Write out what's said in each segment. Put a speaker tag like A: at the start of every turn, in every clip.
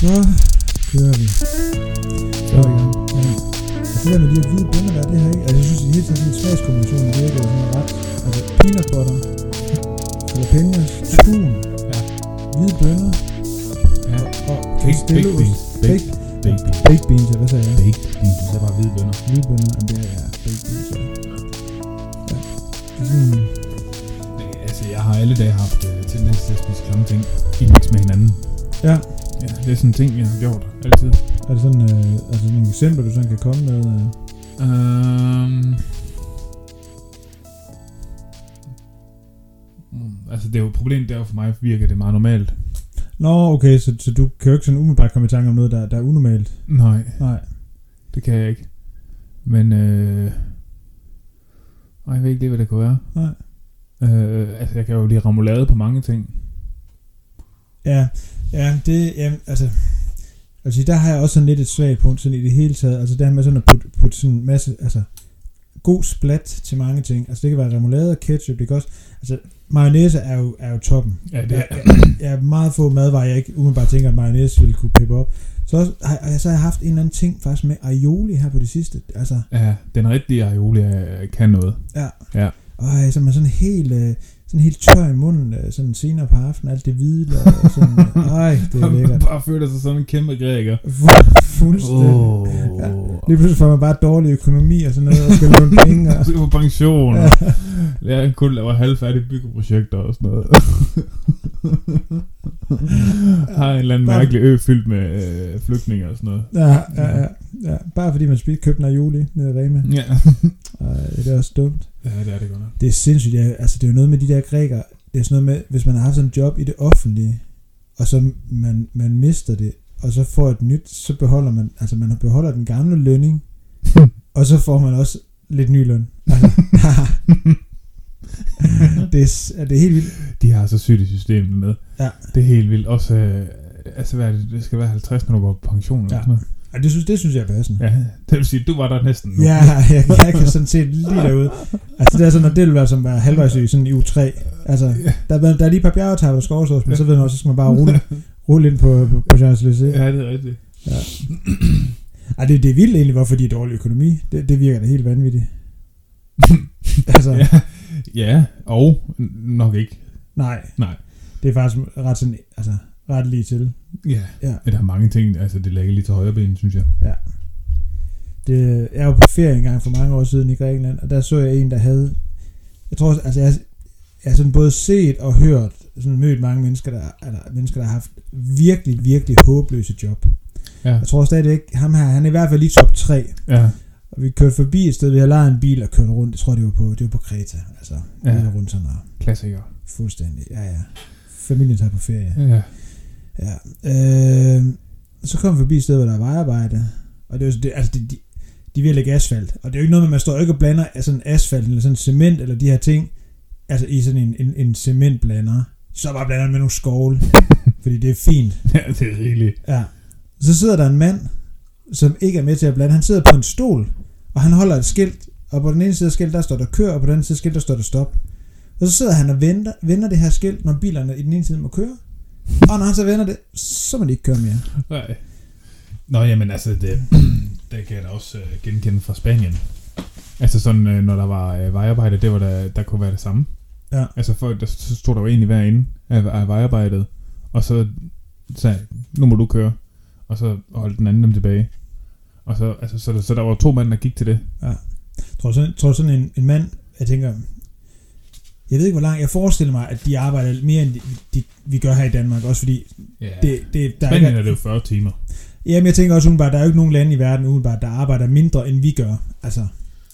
A: Så kører vi. Så er vi i gang. Ja. Altså, det der med de her hvide bønner der, det her ikke... Altså, jeg synes, at hele tiden sådan en smagskombination virker sådan ret... Altså, peanut butter, jalapenos, tun,
B: Ja.
A: hvide bønner,
B: Ja.
A: og
B: Big, big
A: stille
B: beans. Big,
A: Baked,
B: big beans.
A: baked beans, ja, hvad sagde jeg?
B: Big beans. Du sagde bare hvide bønner.
A: Hvide bønner, jamen det er ja, baked beans, ja. Ja. Det er sådan...
B: Øh, Altså, jeg har alle dage haft øh, tendens til at spise klamme ting i mix med hinanden.
A: Ja,
B: Ja, det er sådan en ting, jeg har gjort altid.
A: er det sådan, øh, altså nogle eksempler, du sådan kan komme med? Øh,
B: Øhm... Mm, Altså, det er jo problemet, der for mig virker det meget normalt.
A: Nå, okay, så, så du kan jo ikke sådan umiddelbart komme i tanke om noget, der, der er unormalt.
B: Nej,
A: Nej.
B: det kan jeg ikke. Men, øh... Ej, jeg ved ikke lige, hvad det kunne være.
A: Nej.
B: Øh, altså, jeg kan jo lige ramulade på mange ting.
A: Ja, ja, det, ja, altså, altså, der har jeg også sådan lidt et svagt punkt sådan i det hele taget. Altså, det her med sådan at putte, putte sådan en masse, altså, god splat til mange ting. Altså, det kan være remoulade og ketchup, det kan også, altså, mayonnaise er jo, er jo toppen.
B: Ja, det
A: Jeg,
B: er...
A: jeg, jeg er meget få madvarer, jeg ikke umiddelbart tænker, at mayonnaise ville kunne peppe op. Så, også, har, jeg- så har jeg haft en eller anden ting faktisk med aioli her på det sidste. Altså,
B: Ja, den rigtige aioli øh, kan noget.
A: Øj, så er man sådan helt, øh, sådan helt tør i munden, øh, sådan senere på aftenen, alt det hvide løg, og sådan, øh, øj, det er lækkert.
B: bare føler sig som en kæmpe græker.
A: Fu- Fuldstændig. Oh. Ja. Lige pludselig får man bare dårlig økonomi og sådan noget, og skal låne penge. Og,
B: Så på pension.
A: ja,
B: og Jeg kun laver halvfærdige byggeprojekter og sådan noget. Har en eller anden
A: Bare-
B: mærkelig ø fyldt med øh, flygtninge og sådan noget.
A: ja, ja, ja, ja. Bare fordi man spiste købt en aioli nede i Rema.
B: Ja,
A: Ej, det er også dumt.
B: ja det er det godt nok.
A: Det er sindssygt. Ja. Altså, det er jo noget med de der grækere. Det er sådan noget med, hvis man har haft sådan en job i det offentlige, og så man, man mister det, og så får et nyt, så beholder man, altså man beholder den gamle lønning, og så får man også lidt ny løn. Altså, det, er, s- ja, det er helt vildt.
B: De har så sygt et system med.
A: Ja.
B: Det er helt vildt. Også, øh, altså, hvad er det? det skal være 50, når du går på pension.
A: Ja.
B: Ja. Sådan noget.
A: Og det synes, det synes jeg er passende.
B: ja. Det vil sige, du var der næsten nu.
A: Ja, jeg, jeg kan sådan set lige derude. Altså det er sådan, at det ville være som at være halvvejs i sådan i U3. Altså, der, er- der er lige par bjergetapper, der skal overstås, men så ved man også, så skal man bare rulle, rulle ind på, på, på Champs-Élysées.
B: ja, det er rigtigt.
A: Ej, det, det er vildt egentlig, hvorfor de er dårlig økonomi. Det, det virker da helt vanvittigt. altså, ja.
B: Ja. ja, og nok ikke.
A: nej.
B: Nej.
A: Det er faktisk ret, sådan, altså, ret lige til.
B: Ja.
A: Ja.
B: Men der er mange ting, altså det ligger lige til højre ben, synes jeg.
A: Det, jeg var på ferie engang for mange år siden i Grækenland, og der så jeg en, der havde... Jeg tror, også- altså, jeg, jeg har sådan både set og hørt, sådan mødt mange mennesker, der, eller, mennesker, der har haft virkelig, virkelig håbløse job.
B: Ja.
A: Jeg tror stadigvæk, ham her, han er i hvert fald lige top 3.
B: Ja.
A: Og vi kørte forbi et sted, vi havde lejet en bil og kørt rundt. Jeg tror, det var på, det var på Kreta. Altså, vi
B: Ja.
A: ja. rundt sådan og
B: Klassiker.
A: Fuldstændig, ja ja. Familien tager på ferie.
B: Ja.
A: Ja. Øh, så kom vi forbi et sted, hvor der er vejarbejde. Og det er jo så- det, altså, de, de, de vil lægge asfalt. Og det er jo ikke noget med, at man står ikke og blander af sådan asfalt eller sådan cement eller de her ting. Altså i sådan en, en, en cementblander. Så bare blander man med nogle skovle. fordi det er fint.
B: ja, det er rigeligt.
A: Ja. Så sidder der en mand, som ikke er med til at blande. Han sidder på en stol, og han holder et skilt. Og på den ene side af skiltet, der står der kør, og på den anden side af skiltet, der står der stop. Og så sidder han og venter, vender det her skilt, når bilerne i den ene side må køre. Og når han så vender det, så må de ikke køre mere.
B: Nej. Nå, jamen altså, det, det kan jeg da også øh, genkende fra Spanien. Altså sådan, øh, når der var øh, vejarbejde, det var der, der kunne være det samme.
A: Ja.
B: Altså folk, der så stod der jo egentlig hver inde af, af vejarbejdet, og så sagde, nu må du køre, og så holdt den anden dem tilbage. Og så, altså, så, så der var to mænd, der gik til det.
A: Tror du sådan, tror du sådan en, en mand, jeg tænker, jeg ved ikke hvor langt, jeg forestiller mig, at de arbejder mere end de, de, vi gør her i Danmark, også fordi
B: Ja.
A: det, det, der er
B: Spanien
A: ikke,
B: er det jo 40 timer.
A: Jamen, jeg tænker også umiddelbart, der er jo ikke nogen lande i verden umiddelbart, der arbejder mindre, end vi gør. Altså,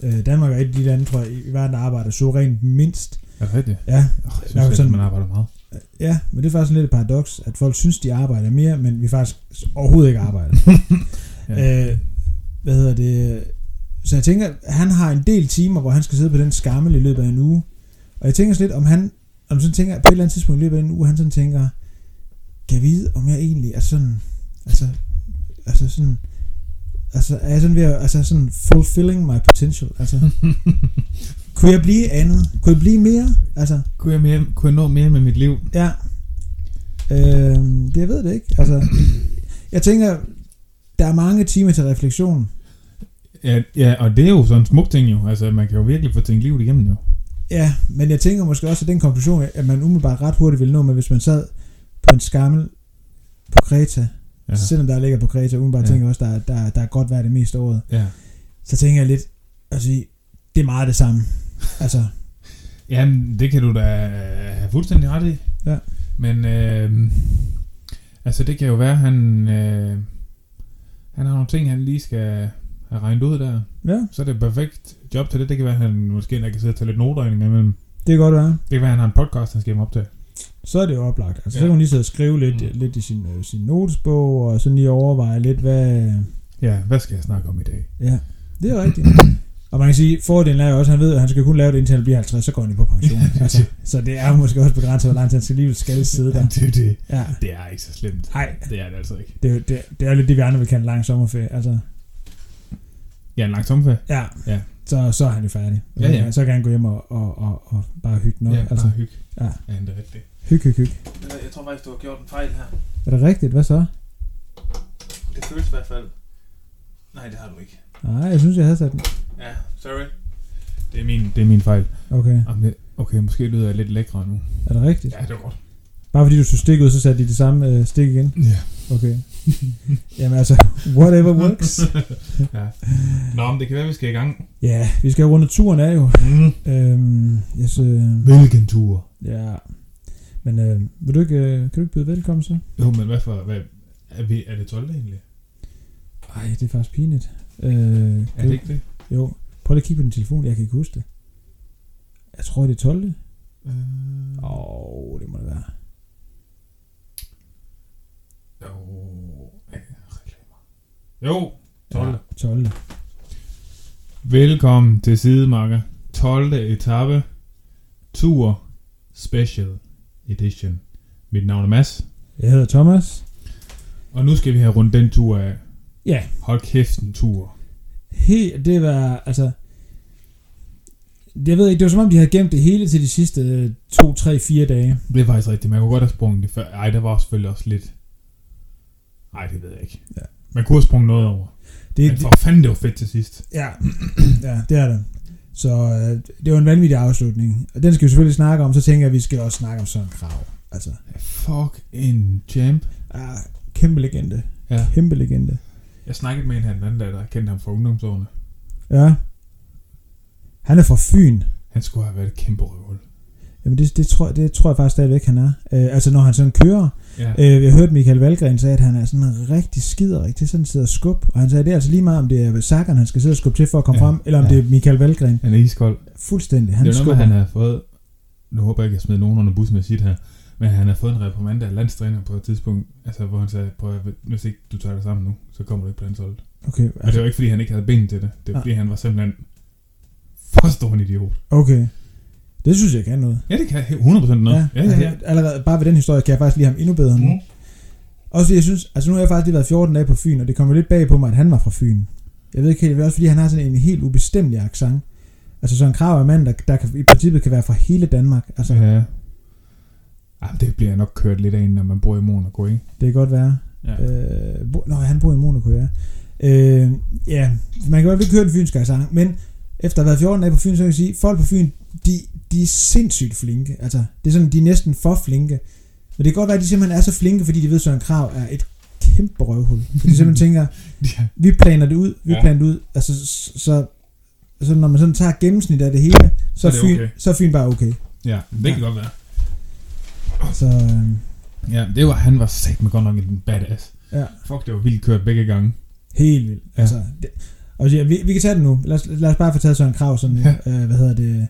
A: øh, Danmark er et af de lande, tror jeg, i verden, der arbejder suverænt mindst.
B: Er det rigtigt?
A: Ja,
B: Oh, jeg
A: Nå,
B: synes,
A: sådan-
B: at man arbejder meget.
A: øh, ja, men det er faktisk lidt et paradoks, at folk synes, de arbejder mere, men vi faktisk overhovedet ikke arbejder. ja. øh, hvad hedder det? Så jeg tænker, han har en del timer, hvor han skal sidde på den skammel i løbet af en uge. Og jeg tænker sådan lidt, om han, om jeg sådan tænker, på et eller andet tidspunkt i løbet af en uge, han sådan tænker, kan jeg vide, om jeg egentlig er sådan, altså, altså sådan, altså er jeg sådan ved at, altså sådan fulfilling my potential, altså, kunne jeg blive andet? Kunne jeg blive mere? Altså,
B: kunne, jeg mere, kunne jeg nå mere med mit liv?
A: Øhm, Ja. Øh, det jeg ved det ikke. Altså, Jeg tænker, der er mange timer til refleksion.
B: Ja, ja, og det er jo sådan en smuk ting jo. Altså, man kan jo virkelig få tænkt livet igennem jo.
A: Ja, men jeg tænker måske også, at den konklusion, at man umiddelbart ret hurtigt ville nå med, hvis man sad på en skammel på Kreta, ja.
B: Ja,
A: selvom der ligger på Kreta, umiddelbart ja.
B: Ja.
A: tænker jeg også, der, er- der, er- der er godt vejr det meste af året,
B: ja.
A: så tænker jeg lidt, altså, det er meget det samme. Altså,
B: Jamen, det kan du da have fuldstændig ret i.
A: Ja.
B: Men, øh, altså det kan jo være, han, øh, han har nogle ting, han lige skal have regnet ud der.
A: ja,
B: Så er det et perfekt job til det. Det kan være, han måske endda kan sidde og tage lidt noter ind imellem.
A: det kan godt være.
B: Det kan være, han har en podcast, han skal hjem op til.
A: Så er det jo oplagt. Altså, ja. så
B: Ja.
A: kan hun lige sidde og skrive lidt,
B: Mm.
A: mm. lidt i sin, øh, sin notesbog, og sådan lige overveje lidt, hvad...
B: Ja, hvad skal jeg snakke om i dag?
A: Ja, det er rigtigt. Og man kan sige, fordelen er jo også, at han ved, at han skal kun lave det, indtil han bliver 50, så går han jo på pension. altså, så det er måske også begrænset, hvor langt han skal alligevel skal sidde der.
B: Jamen, det, er jo det,
A: Ja.
B: det er ikke så slemt.
A: Nej,
B: Det er det altså ikke.
A: det, er jo- det, det er jo lidt det, vi andre vil kalde en lang sommerferie. Altså,
B: Ja, en lang sommerferie.
A: ja,
B: Ja.
A: Så, så er han jo færdig.
B: Ja, ja.
A: Så kan han gå hjem og, og, og, og bare hygge noget.
B: ja,
A: altså,
B: bare hygge.
A: ja.
B: Ja, det er rigtigt.
A: Hyg, hyg, hyg.
C: Jeg tror faktisk, du har gjort en fejl her.
A: Er det rigtigt? Hvad så?
C: Det føles i hvert fald. Nej, det har du ikke.
A: Nej, jeg synes, jeg havde sat den.
C: Ja, sorry.
B: Det er min, det er min fejl.
A: Okay,
B: Jamen, det- Okay, måske lyder jeg lidt lækre nu.
A: er det rigtigt?
B: det er godt.
A: Bare fordi du tog stik ud, så satte de det samme øh, stik igen?
B: Ja.
A: Okay. Jamen altså, whatever works.
B: ja. Nå, men det kan være, vi skal i gang.
A: Ja, vi skal jo runde turen af jo.
B: Mm.
A: Øhm, jeg så,
B: Hvilken tur?
A: ja. Men øh, vil du ikke, øh, kan du ikke byde velkommen så?
B: Jo, men hvad for... Hvad, er, vi, er det 12 egentlig?
A: Ej, det er faktisk pinligt. Øh,
B: Er det ikke det?
A: Jo, prøv lige at kigge på din telefon, jeg kan ikke huske det. Jeg tror, det er 12. Åh,
B: Øh,
A: oh, det må det være.
B: Jo. øh, reklamer. Jo, 12.
A: Ja, 12.
B: Velkommen til Sidemarker 12. etape Tour Special Edition Mit navn er Mads
A: Jeg hedder Thomas.
B: Og nu skal vi have rundt den tur af
A: Ja,
B: Hold kæft en tur
A: helt, det var, altså... Jeg ved ikke, det var som om, de havde gemt det hele til de sidste øh, 2, 3, 4 dage.
B: Det er faktisk rigtigt Man kunne godt have sprunget det før Ej der var selvfølgelig også lidt Nej det ved jeg ikke
A: Ja.
B: Man kunne have sprunget noget over
A: Det,
B: Men for fanden det var fedt til sidst
A: Ja, ja det er det. Så øh, det var en vanvittig afslutning. Og den skal vi selvfølgelig snakke om, så tænker jeg, at vi skal også snakke om Søren Krav. Altså,
B: Fuck en champ
A: ah, kæmpe legende.
B: Ja
A: Kæmpe legende.
B: Jeg snakkede med en her den anden dag Der kendte ham fra ungdomsårene
A: Ja. Han er fra Fyn.
B: Han skulle have været et kæmpe røvhul
A: Jamen det, det, tror, det tror jeg faktisk stadigvæk, han er. Øh, altså når han sådan kører.
B: Ja
A: Øh, jeg hørte Michael Valgren sagde, at han er sådan en rigtig skiderig til sådan sidder og skub. Og han sagde, at det er altså lige meget, om det er Sagan, han skal sidde og skubbe til for at komme
B: Ja,
A: ja, frem, eller om
B: ja.
A: ja. det er Michael Valgren.
B: Han er iskold
A: Fuldstændig. Han
B: Han det er noget
A: skubber.
B: med, han har fået... Nu håber jeg ikke, jeg smider nogen under bussen med sit her. Men han har fået en reprimande af landstræner på et tidspunkt, altså, hvor han sagde, prøv at, hvis ikke du tager dig sammen nu, så kommer du ikke på landsholdet.
A: Okay,
B: Og det
A: altså,
B: var ikke, fordi han ikke havde ben til det. Det var,
A: Nej.
B: fordi han var simpelthen for stor en idiot.
A: okay. Det synes jeg kan noget.
B: Ja, det kan 100% noget. Ja, ja, ja.
A: altså, Allerede, bare ved den historie kan jeg faktisk lige ham endnu bedre nu. Mm.
B: Mm.
A: Også fordi jeg synes, altså nu har jeg faktisk lige været 14 dage på Fyn, og det kommer lidt bag på mig, at han var fra Fyn. Jeg ved ikke helt, det er også fordi han har sådan en helt ubestemmelig accent. Altså Søren Krav er en mand, der, der kan, i princippet kan være fra hele Danmark. Altså, ja.
B: ja. Jamen, det bliver nok kørt lidt af en, når man bor i Monaco, ikke?
A: det kan godt være.
B: Ja.
A: Øh, bo, nå, han bor i Monaco, ja. Øh, ja, man kan godt ikke høre den fynske accent, men efter at have været 14 dage på Fyn, så kan jeg sige, folk på Fyn, de, de er sindssygt flinke. Altså, det er sådan, de er næsten for flinke. Men det kan godt være, at de simpelthen er så flinke, fordi de ved, at Søren Krav er et kæmpe røvhul. Fordi de simpelthen tænker,
B: ja.
A: vi planer det ud, vi
B: Ja.
A: ja. planer det ud, altså så, så, så når man sådan tager gennemsnit af det hele, så er,
B: det
A: Fyn,
B: okay.
A: okay. så er Fyn bare okay.
B: ja det kan godt være.
A: Så øh,
B: Ja, det var, han var sat med godt nok en badass.
A: Ja.
B: Fuck, det var vildt kørt begge gange.
A: helt vildt. Ja.
B: Ja.
A: Altså, det, og ja, vi, vi kan tage det nu. Lad os, lad os bare få taget Søren Krav sådan nu.
B: Ja.
A: Ja. Øh, hvad hedder det?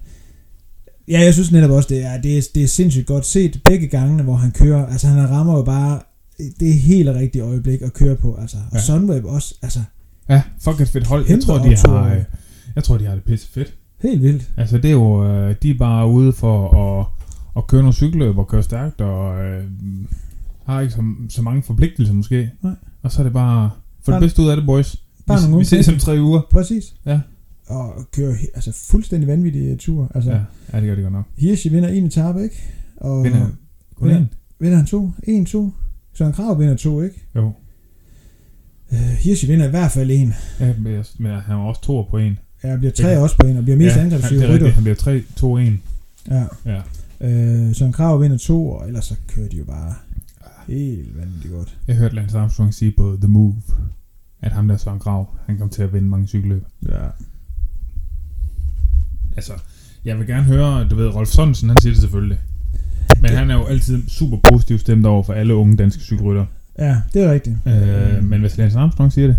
A: Ja, jeg synes netop også, det er, det, er, det er sindssygt godt set begge gangene, hvor han kører. Altså han rammer jo bare det helt rigtige øjeblik at køre på. Altså. Og
B: Ja.
A: ja. Sunweb også, altså
B: Ja, fuck et fedt hold. Jeg
A: Kæmpe
B: tror, de
A: optur.
B: har, øh, jeg tror, de har det pisse fedt.
A: helt vildt.
B: Altså, det er jo, øh, de er bare ude for at, at køre nogle cykelløb og køre stærkt, og øh, har ikke så, så mange forpligtelser måske.
A: Nej.
B: Og så er det bare, for det
A: Bare-
B: bedste ud af det, boys.
A: Bare
B: vi,
A: nogle
B: vi
A: unge
B: ses om tre uger.
A: Præcis.
B: Ja.
A: Og kører he- altså, fuldstændig vanvittige ture. Altså,
B: Ja,
A: ja.
B: ja det gør det godt nok.
A: Hirschi vinder en etape, ikke? Og
B: Vinder kun
A: Ja.
B: en?
A: Vinder han to? En, to? Søren Krav vinder to, ikke?
B: Jo.
A: Øh, Hirschi vinder i hvert fald en.
B: Ja, men, jeg, men han var også to på en.
A: Ja, bliver tre også på en, og bliver mest
B: ja,
A: ja,
B: han, det
A: angrebssyge
B: er
A: rytter.
B: rigtigt. Han bliver 3, 2, 1.
A: Ja.
B: Ja.
A: Øh, Søren Krav vinder to, og ellers så kører de jo bare helt vanvittigt godt.
B: Jeg hørte Lance Armstrong sige på The Move, at ham der Søren Grav, han kom til at vinde mange cykelløb.
A: Ja.
B: Altså, jeg vil gerne høre, du ved, Rolf Sørensen, han siger det selvfølgelig. Men han er jo altid super positiv stemt over for alle unge danske cykelrytter.
A: Ja, det er rigtigt.
B: Øh, men hvis Lance Armstrong siger det,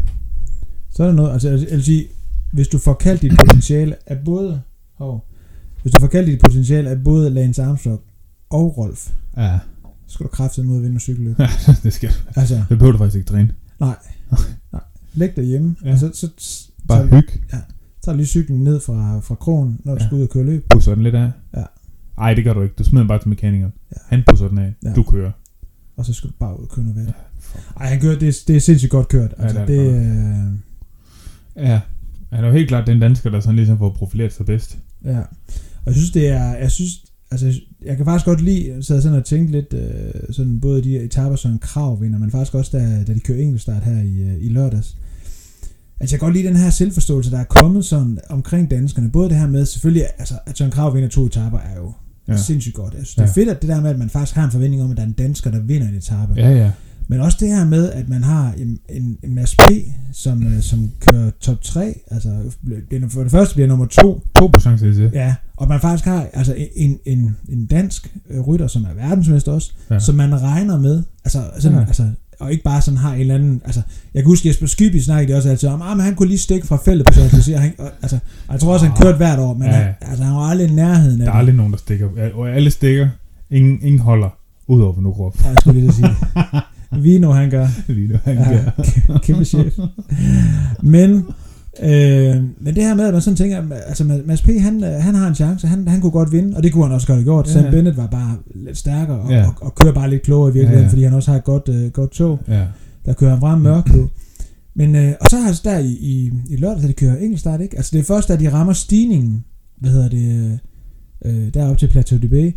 A: Så er der noget, altså jeg vil sige, hvis du får kaldt dit potentiale af både, hov, hvis du får kaldt dit potentiale af både Lance Armstrong og Rolf,
B: ja,
A: så skal du kraftedeme ud og vinde en cykelløb.
B: det skal du.
A: Altså,
B: Det behøver du faktisk ikke træne.
A: læg dig hjemme,
B: Ja.
A: ja. og så, så, så,
B: Bare
A: så
B: hyg,
A: tager du lige cyklen ned fra, fra krogen, når du
B: Ja.
A: ja. skal ud og køre løb.
B: pusser den lidt af.
A: Ja.
B: Ej, det gør du ikke. Du smider den bare til mekanikeren.
A: Ja.
B: Han pusser den af.
A: Ja.
B: Du kører.
A: Og så skal du bare ud og køre noget
B: Ja,
A: vand. Ej, han kører, det, er- det er sindssygt godt kørt. Altså,
B: det
A: ja,
B: er
A: det,
B: det
A: det øh,
B: Ja. Han er jo helt klart den dansker, der sådan ligesom får profileret sig bedst.
A: ja. Og jeg synes, det er, jeg synes, altså, jeg- jeg kan faktisk godt lide, så jeg sådan og tænke lidt, øh, sådan både de etaper, som krav vinder, men faktisk også, da, da de kører enkeltstart her i, øh, i lørdags. Altså, jeg kan godt lide den her selvforståelse, der er kommet sådan omkring danskerne. Både det her med, selvfølgelig, altså, at Søren Krav vinder to etaper, er jo
B: Ja.
A: ja. sindssygt godt. Jeg synes, det er fedt, at det der med, at man faktisk har en forventning om, at der er en dansker, der vinder en etape.
B: Ja, ja.
A: Men også det her med, at man har en, en, en Mads P., som, øh, som kører top 3, altså bliver- for det første bliver nummer 2,
B: To på chance til. Ja.
A: ja, og man faktisk har altså en, en, en dansk øh, rytter, som er verdensmester også,
B: Ja.
A: ja. som man regner med, altså, sådan,
B: Ja.
A: ja. altså og ikke bare sådan har en eller anden, altså, jeg kan huske Jesper Skyby snakkede også altid om, ah, men han kunne lige stikke fra feltet på Champs-Élysées, og han- og, altså, og jeg tror også, han kørte hvert år, men
B: Ah. Ja.
A: ja. han, altså, han var aldrig i nærheden af
B: Der er aldrig nogen, der stikker. Al- Og alle stikker. Ingen, ingen holder. Udover nu Nukrup.
A: det. Ja, jeg skulle lige til at sige. Vino, han gør.
B: Lige nu, han
A: Ja,
B: ja.
A: kæ- kæmpe chef. Men, øh, men det her med, at man sådan tænker, altså Ma- Mads P., han, øh, han har en chance, han, han kunne godt vinde, og det kunne han også godt have gjort.
B: Ja.
A: Ja. Sam Bennett var bare lidt stærkere og,
B: Ja.
A: ja. og, og kører bare lidt klogere i virkeligheden,
B: Ja, ja.
A: ja, fordi han også har et godt, øh, godt tog,
B: ja.
A: der kører han frem mørkt nu. Men, øh, og så er altså der i, i, i lørdag, da de kører enkeltstart, ikke? Altså det er først, da de rammer stigningen, hvad hedder det, øh, deroppe til Plateau de Bay.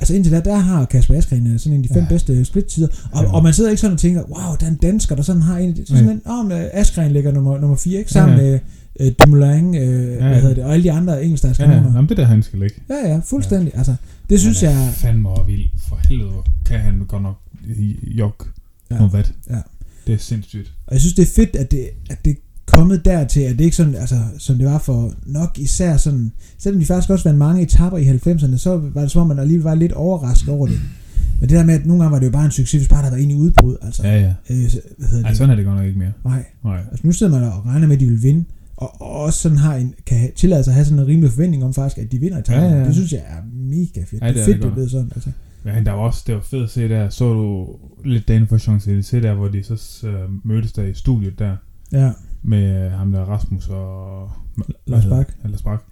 A: Altså indtil da, der har Kasper Askren øh, sådan en af de fem
B: Ja.
A: ja. bedste split-tider. Og,
B: Ja.
A: ja. og man sidder ikke sådan og tænker, wow, der er en dansker, der sådan har en af de... Så sådan, oh, men, øh, Askren ligger nummer, nummer fire, ikke? Sammen
B: Ja,
A: ja,
B: ja.
A: ja. med øh, Dumoulin, øh, ja,
B: Ja, ja.
A: hvad hedder det, og alle de andre engelskdanske
B: ja.
A: ja, ja.
B: Jamen, det der, han skal ligge.
A: ja, ja, fuldstændig. Ja. Altså, det synes
B: han er
A: jeg...
B: fandme og vild. For helvede, hvor kan han godt nok i- jog. Ja.
A: Ja.
B: Noget vat.
A: Ja.
B: Det er sindssygt.
A: Og jeg synes, det er fedt, at det, at det er kommet dertil, at det ikke sådan, altså, som det var for nok især sådan, selvom de faktisk også vandt mange etapper i 90'erne, så var det som om, man alligevel var lidt overrasket over det. Men det der med, at nogle gange var det jo bare en succes, hvis bare der var en i udbrud, altså.
B: Ja, ja.
A: Øh, så- hvad hedder det?
B: Ej, sådan er det godt nok ikke mere.
A: Nej,
B: Nej.
A: altså nu sidder man og regner med, at de vil vinde, og, og også sådan har en, kan have- tillade sig at have sådan en rimelig forventning om faktisk, at de vinder etappen.
B: Ja, ja, ja.
A: Det synes jeg er mega fedt.
B: Ja,
A: det
B: det er
A: er
B: det
A: fedt, det
B: godt.
A: er blevet sådan, altså.
B: Men der var også, det var fedt at se der, så du lidt dagen for Champs-Élysées der, hvor de så øh, mødtes der i studiet der,
A: Ja,
B: med øh, ham der Rasmus og... hvad
A: Lars
B: hedder
A: Bak.
B: han? Ja, Lars Bak.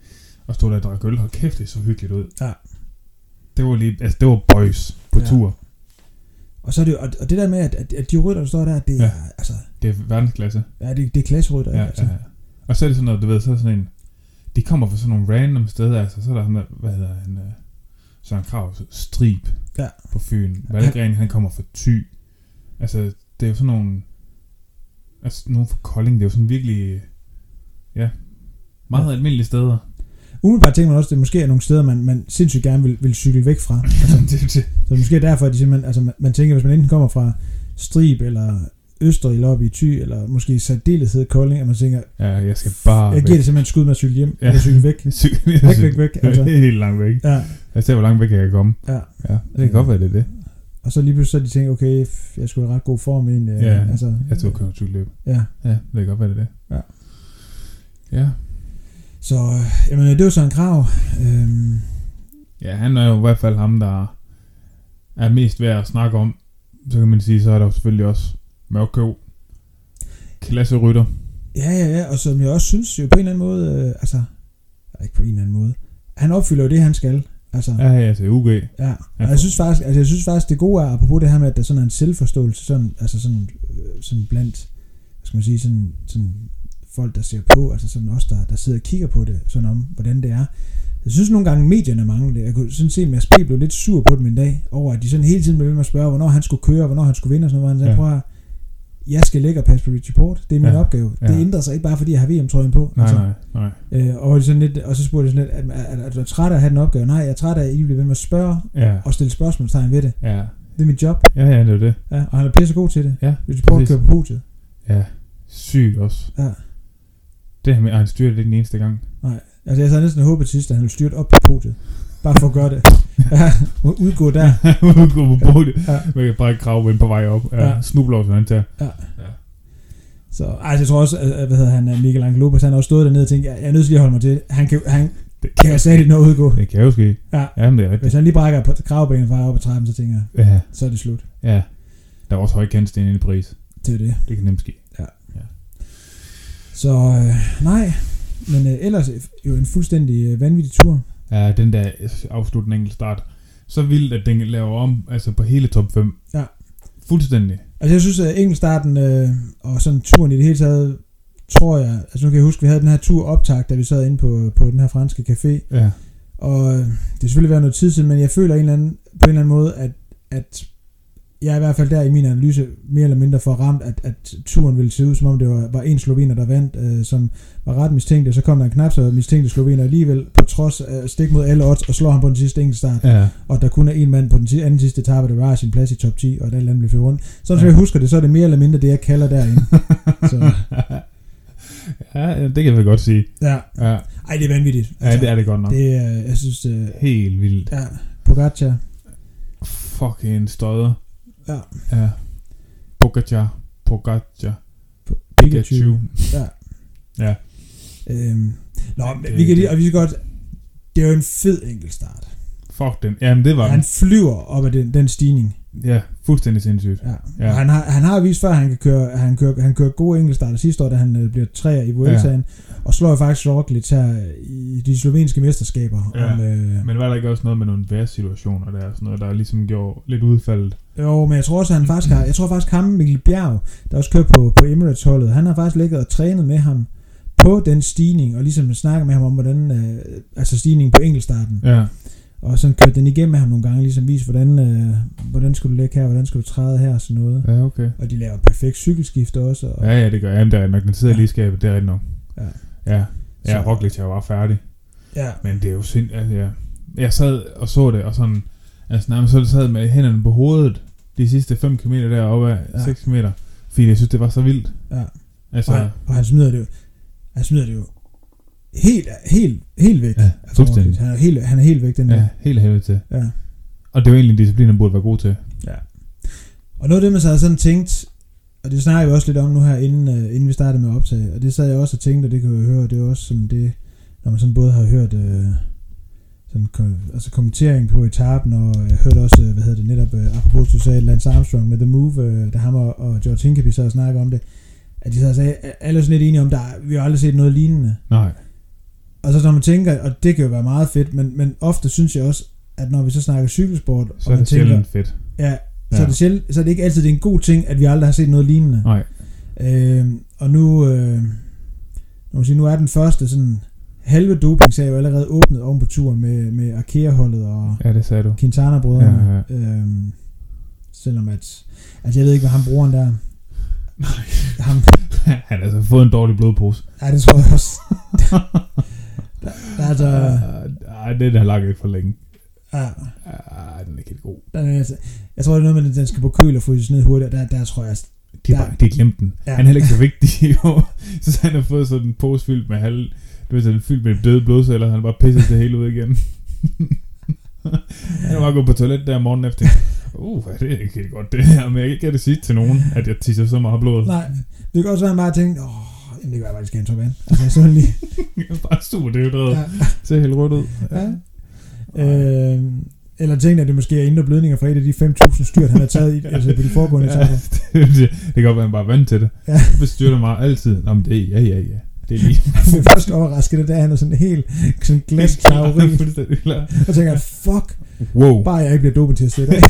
B: Og stod der og drak øl. Hold kæft, det så hyggeligt ud.
A: Ja.
B: Det var lige, altså det var boys på ja.
A: Ja.
B: tur.
A: Og, så er det, jo- og, og det der med, at, at- at de rytter, der står der, det
B: Ja.
A: er, altså,
B: Det er verdensklasse.
A: ja, det, det er klasserytter,
B: Ja,
A: altså.
B: ja, ja. Og så er det sådan noget, du ved, så er sådan en... De kommer fra sådan nogle random steder, altså så er der sådan der, hvad hedder han, øh, Søren Krav, Strib
A: Ja.
B: på Fyn. Valgren, han kommer fra Thy. Altså, det er jo sådan nogle... Altså, nogen fra Kolding, det er jo sådan virkelig... øh, Ja, meget ja. almindelige steder.
A: Umiddelbart tænker man også, at det måske er nogle steder, man, man sindssygt gerne vil, vil cykle væk fra.
B: Altså, det, det,
A: Så måske er derfor, at de simpelthen, altså man, man tænker, hvis man enten kommer fra Strib eller Østrig op i Thy, eller måske i særdeleshed Kolding, at man tænker,
B: Ja, jeg skal bare
A: jeg giver det simpelthen skud med at cykle hjem,
B: Ja.
A: ja. eller cykle væk.
B: Syg,
A: Væk, væk, væk. Altså,
B: Helt langt væk.
A: ja,
B: Jeg ser, hvor langt væk jeg kan komme.
A: ja.
B: Ja, det kan godt være, det er det.
A: Og så lige pludselig så de tænker, okay, f- jeg skulle i ret god form egentlig.
B: Ja.
A: Altså,
B: Jeg tror, jeg kører cykelløb.
A: ja.
B: Ja, det kan godt være, det er det.
A: Ja.
B: Ja.
A: Så, øh, jamen, det er jo så en krav. Øhm,
B: Ja, han er jo i hvert fald ham, der er mest værd at snakke om. Så kan man sige, så er der jo selvfølgelig også Mørkøv. Klasserytter.
A: ja, ja, ja, og som jeg også synes jo på en eller anden måde, øh, altså, eller ikke på en eller anden måde, han opfylder jo det, han skal. Altså,
B: Ja, ja, altså UG.
A: Ja,
B: Ja.
A: og jeg synes faktisk, altså jeg synes faktisk det gode er, apropos det her med, at der sådan er en selvforståelse, sådan, altså sådan, øh, sådan blandt, hvad skal man sige, sådan, sådan folk, der ser på, altså sådan os, der, der sidder og kigger på det, sådan om, hvordan det er. Jeg synes nogle gange, medierne mangler det. Jeg kunne sådan se, at Mads P. blev lidt sur på dem en dag, over at de sådan hele tiden blev ved med at spørge, hvornår han skulle køre, og hvornår han skulle vinde, og sådan noget, hvor han sagde, ja.
B: Ja.
A: prøv at høre, jeg skal ligge og passe på Richie Port. Det er min
B: Ja,
A: ja. opgave.
B: ja.
A: Det ændrer sig ikke bare, fordi jeg har VM-trøjen på.
B: Nej,
A: altså.
B: nej, nej.
A: Øh, og, de sådan lidt, og så spurgte jeg sådan lidt, er, er, er du træt af at have den opgave? Nej, jeg er træt af, at I bliver ved med at spørge
B: Ja,
A: og stille spørgsmålstegn ved det.
B: ja.
A: Det er mit job,
B: Ja, ja, det er jo det.
A: ja, og han er pissegod til det.
B: Ja,
A: Richie Port
B: præcis.
A: kører på podiet.
B: Ja. Sygt også.
A: Ja.
B: Det her med, at han styrer det ikke den eneste gang.
A: Altså, jeg havde næsten håbet sidst, at han ville styrt op på podiet. Bare for at gøre det. Ja, udgå der.
B: Gå på bordet.
A: Ja.
B: Man kan bare grave ind på vej op. Ja.
A: Ja.
B: Snubler også, han tager.
A: Så altså, jeg tror også, at, at hvad hedder han, at Miguel Angel Lopez, han har også stået dernede og tænkt, jeg, jeg er nødt til lige at holde mig til. Han kan, han
B: Det
A: kan jeg slet ikke nå at udgå.
B: Det kan jo ske.
A: Ja.
B: ja men det er rigtigt.
A: Hvis han lige brækker på kravbenet fra op ad trappen, så tænker jeg,
B: Ja,
A: så er det slut.
B: ja. Der var også høj kantsten inde i Paris.
A: Det er det.
B: Det kan nemt ske.
A: Så øh, nej, men øh, ellers jo en fuldstændig øh, vanvittig tur.
B: Ja, den der afsluttende enkelt start. Så vildt, at den laver om altså på hele top 5.
A: Ja.
B: Fuldstændig.
A: Altså jeg synes, at enkeltstarten øh, og sådan turen i det hele taget, tror jeg, altså nu kan jeg huske, at vi havde den her tur optagt, da vi sad inde på, på den her franske café,
B: Ja.
A: og øh, det er selvfølgelig været noget tid siden, men jeg føler en eller anden, på en eller anden måde, at, at jeg er i hvert fald der i min analyse mere eller mindre for ramt, at, at turen ville se ud, som om det var, var en slovener, der vandt, øh, som var ret mistænkt, og så kom der en knap så mistænkt slovener alligevel, på trods af stik mod alle odds, og slår ham på den sidste enkeltstart.
B: Ja.
A: og der kun er en mand på den si- anden sidste etape, der varer sin plads i top 10, og den anden bliver ført rundt. Sådan ja. som
B: Ja.
A: jeg husker det, så er det mere eller mindre det, jeg kalder derinde. så,
B: ja, det kan vi godt sige.
A: ja.
B: Ja,
A: Ej, det er vanvittigt. Altså,
B: ja det er det godt nok. Det...
A: det er, jeg synes, øh,
B: Helt vildt.
A: ja, Pogacar,
B: Fucking støder.
A: Ja.
B: ja. Pogacar. Pogacar.
A: Pikachu.
B: Pikachu.
A: Øhm, nå, men
B: Det-
A: vi kan lige,
B: det-
A: og vi skal godt, det er jo en fed enkeltstart.
B: Fuck den. Jamen, det var
A: Han
B: han...
A: flyver op ad den, den stigning.
B: Ja, fuldstændig sindssygt.
A: Ja.
B: Ja.
A: Ja. Og han har, han har vist før, at han kan køre, han kører, han kører gode enkeltstarter sidste år, da han øh, bliver træer i Vueltaen, ja. og slår jo faktisk Roglic her i de slovenske mesterskaber.
B: Ja.
A: Om, øh,
B: Men var der ikke også noget med nogle værtssituationer der, og sådan noget, der ligesom gjorde lidt udfaldet?
A: Jo, men jeg tror også, at han faktisk har, jeg tror faktisk ham, Mikkel Bjerg, der også kører på, på Emirates-holdet, han har faktisk ligget og trænet med ham på den stigning, og ligesom snakket med ham om, hvordan, øh, altså stigningen på enkeltstarten,
B: Ja,
A: og sådan kørt den igennem med ham nogle gange, ligesom vist, hvordan, øh, hvordan skulle du lægge her, hvordan skulle du træde her, og sådan noget.
B: ja okay.
A: Og de laver perfekt cykelskift også. Og,
B: Ja, ja, det gør jeg. Jamen, det er rigtig nok. Den sidder
A: Ja.
B: lige i skabet, det er rigtig nok.
A: Ja.
B: Ja,
A: Så-
B: ja Roglic er jo bare færdig.
A: ja.
B: Men det er jo sind... Altså, ja. Jeg sad og så det, og sådan... Altså nærmest så sad med hænderne på hovedet de sidste 5 km deroppe af
A: Ja.
B: 6 km. Fordi jeg synes, det var så vildt.
A: Ja.
B: Altså,
A: Og, han, og han smider det jo, han smider det jo helt, helt, helt væk.
B: ja,
A: Altså,
B: fuldstændig.
A: han, er helt, han er helt væk, den
B: Ja,
A: der.
B: helt af helvede til.
A: Ja.
B: Og det er jo egentlig en disciplin, han burde være god til.
A: Og noget af det, man så havde sådan tænkt, og det snakker vi også lidt om nu her, inden, øh, inden vi startede med at optage, og det sad jeg også og tænkte, og det kan jeg høre, og det er også sådan det, når man sådan både har hørt øh, sådan, kom, altså kommentering på etappen, og jeg hørte også, øh, hvad hedder det netop, øh, apropos du sagde, Lance Armstrong med The Move, øh, der ham og, og George Hinkeby sad og snakkede om det, at de sad og sagde, "Er alle er sådan lidt enige om, der, er- vi har aldrig set noget lignende.
B: Nej.
A: Og så når man tænker, og det kan jo være meget fedt, men, men ofte synes jeg også, at når vi så snakker cykelsport,
B: Så
A: og
B: er
A: man
B: det
A: tænker,
B: sjældent fedt.
A: ja, så,
B: Ja.
A: er det sjældent, så er det ikke altid det er en god ting, at vi aldrig har set noget lignende.
B: Nej.
A: Øh, og nu, øh, nu, må sige, nu er den første sådan halve dopingsag jo allerede åbnet oven på turen med, med Arkea-holdet og
B: Ja, det sagde du.
A: Quintana-brødrene. Ja, ja. Øh, selvom at, altså jeg ved ikke, hvad ham brugeren der...
B: Nej.
A: Ham,
B: han har altså fået en dårlig blodpose.
A: nej, det tror jeg også. der, der, er altså,
B: Ej, den har lagt ikke for længe.
A: ja,
B: Ej, den er ikke helt god.
A: der, er altså, jeg tror, det er noget med, at den skal på køl og fryses ned hurtigt, og der, der tror jeg, altså,
B: De har
A: Ja.
B: bare, de har glemt den.
A: Ja.
B: Han er heller ikke så vigtig i år. Så han har fået sådan en pose fyldt med halv... Du ved, sådan fyldt med døde blodceller. Han har bare pisset det hele ud igen. han var bare gået på toilet der morgen efter. Uh, det er ikke helt godt det her, men jeg kan ikke have det sige til nogen, at jeg tisser så meget blod.
A: nej, det kan også være, at han bare tænkte, åh, jamen, det kan jeg faktisk gerne tage vand. Altså sådan lige,
B: Jeg er bare super dehydreret.
A: Ja.
B: Ser helt rødt ud.
A: Ja. Øh, eller tænkte, at det måske er indre blødninger fra et af de 5.000 styrt, han har taget i, altså på de foregående
B: Ja,
A: etaper.
B: det, det, det kan godt være, han bare er vant til det.
A: Ja.
B: Det bestyrter mig altid. Nå, men det er, ja, ja, ja. Det er lige
A: Jeg blev først overrasket, det der han er sådan helt sådan glasklaveri.
B: fuldstændig klar.
A: Og tænker, jeg, fuck,
B: Wow.
A: bare jeg ikke bliver dopet til at sætte af.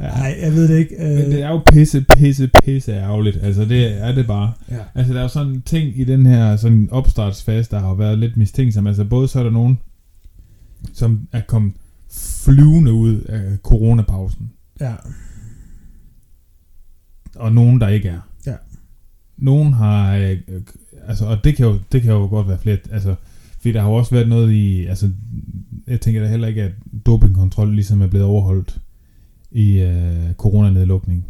A: Nej, jeg ved det ikke.
B: Men det
A: Øh,
B: er jo pisse, pisse, pisse ærgerligt. Altså, det er det bare.
A: ja.
B: Altså, der er jo sådan en ting i den her sådan opstartsfase, der har været lidt mistænksom. Altså, både så er der nogen, som er kommet flyvende ud af coronapausen.
A: ja.
B: og nogen, der ikke er.
A: Ja.
B: Nogen har, øh, øh, altså, og det kan, jo, det kan jo godt være flere, altså, fordi der har jo også været noget i, altså, jeg tænker da heller ikke, at dopingkontrol ligesom er blevet overholdt i øh, coronanedlukning.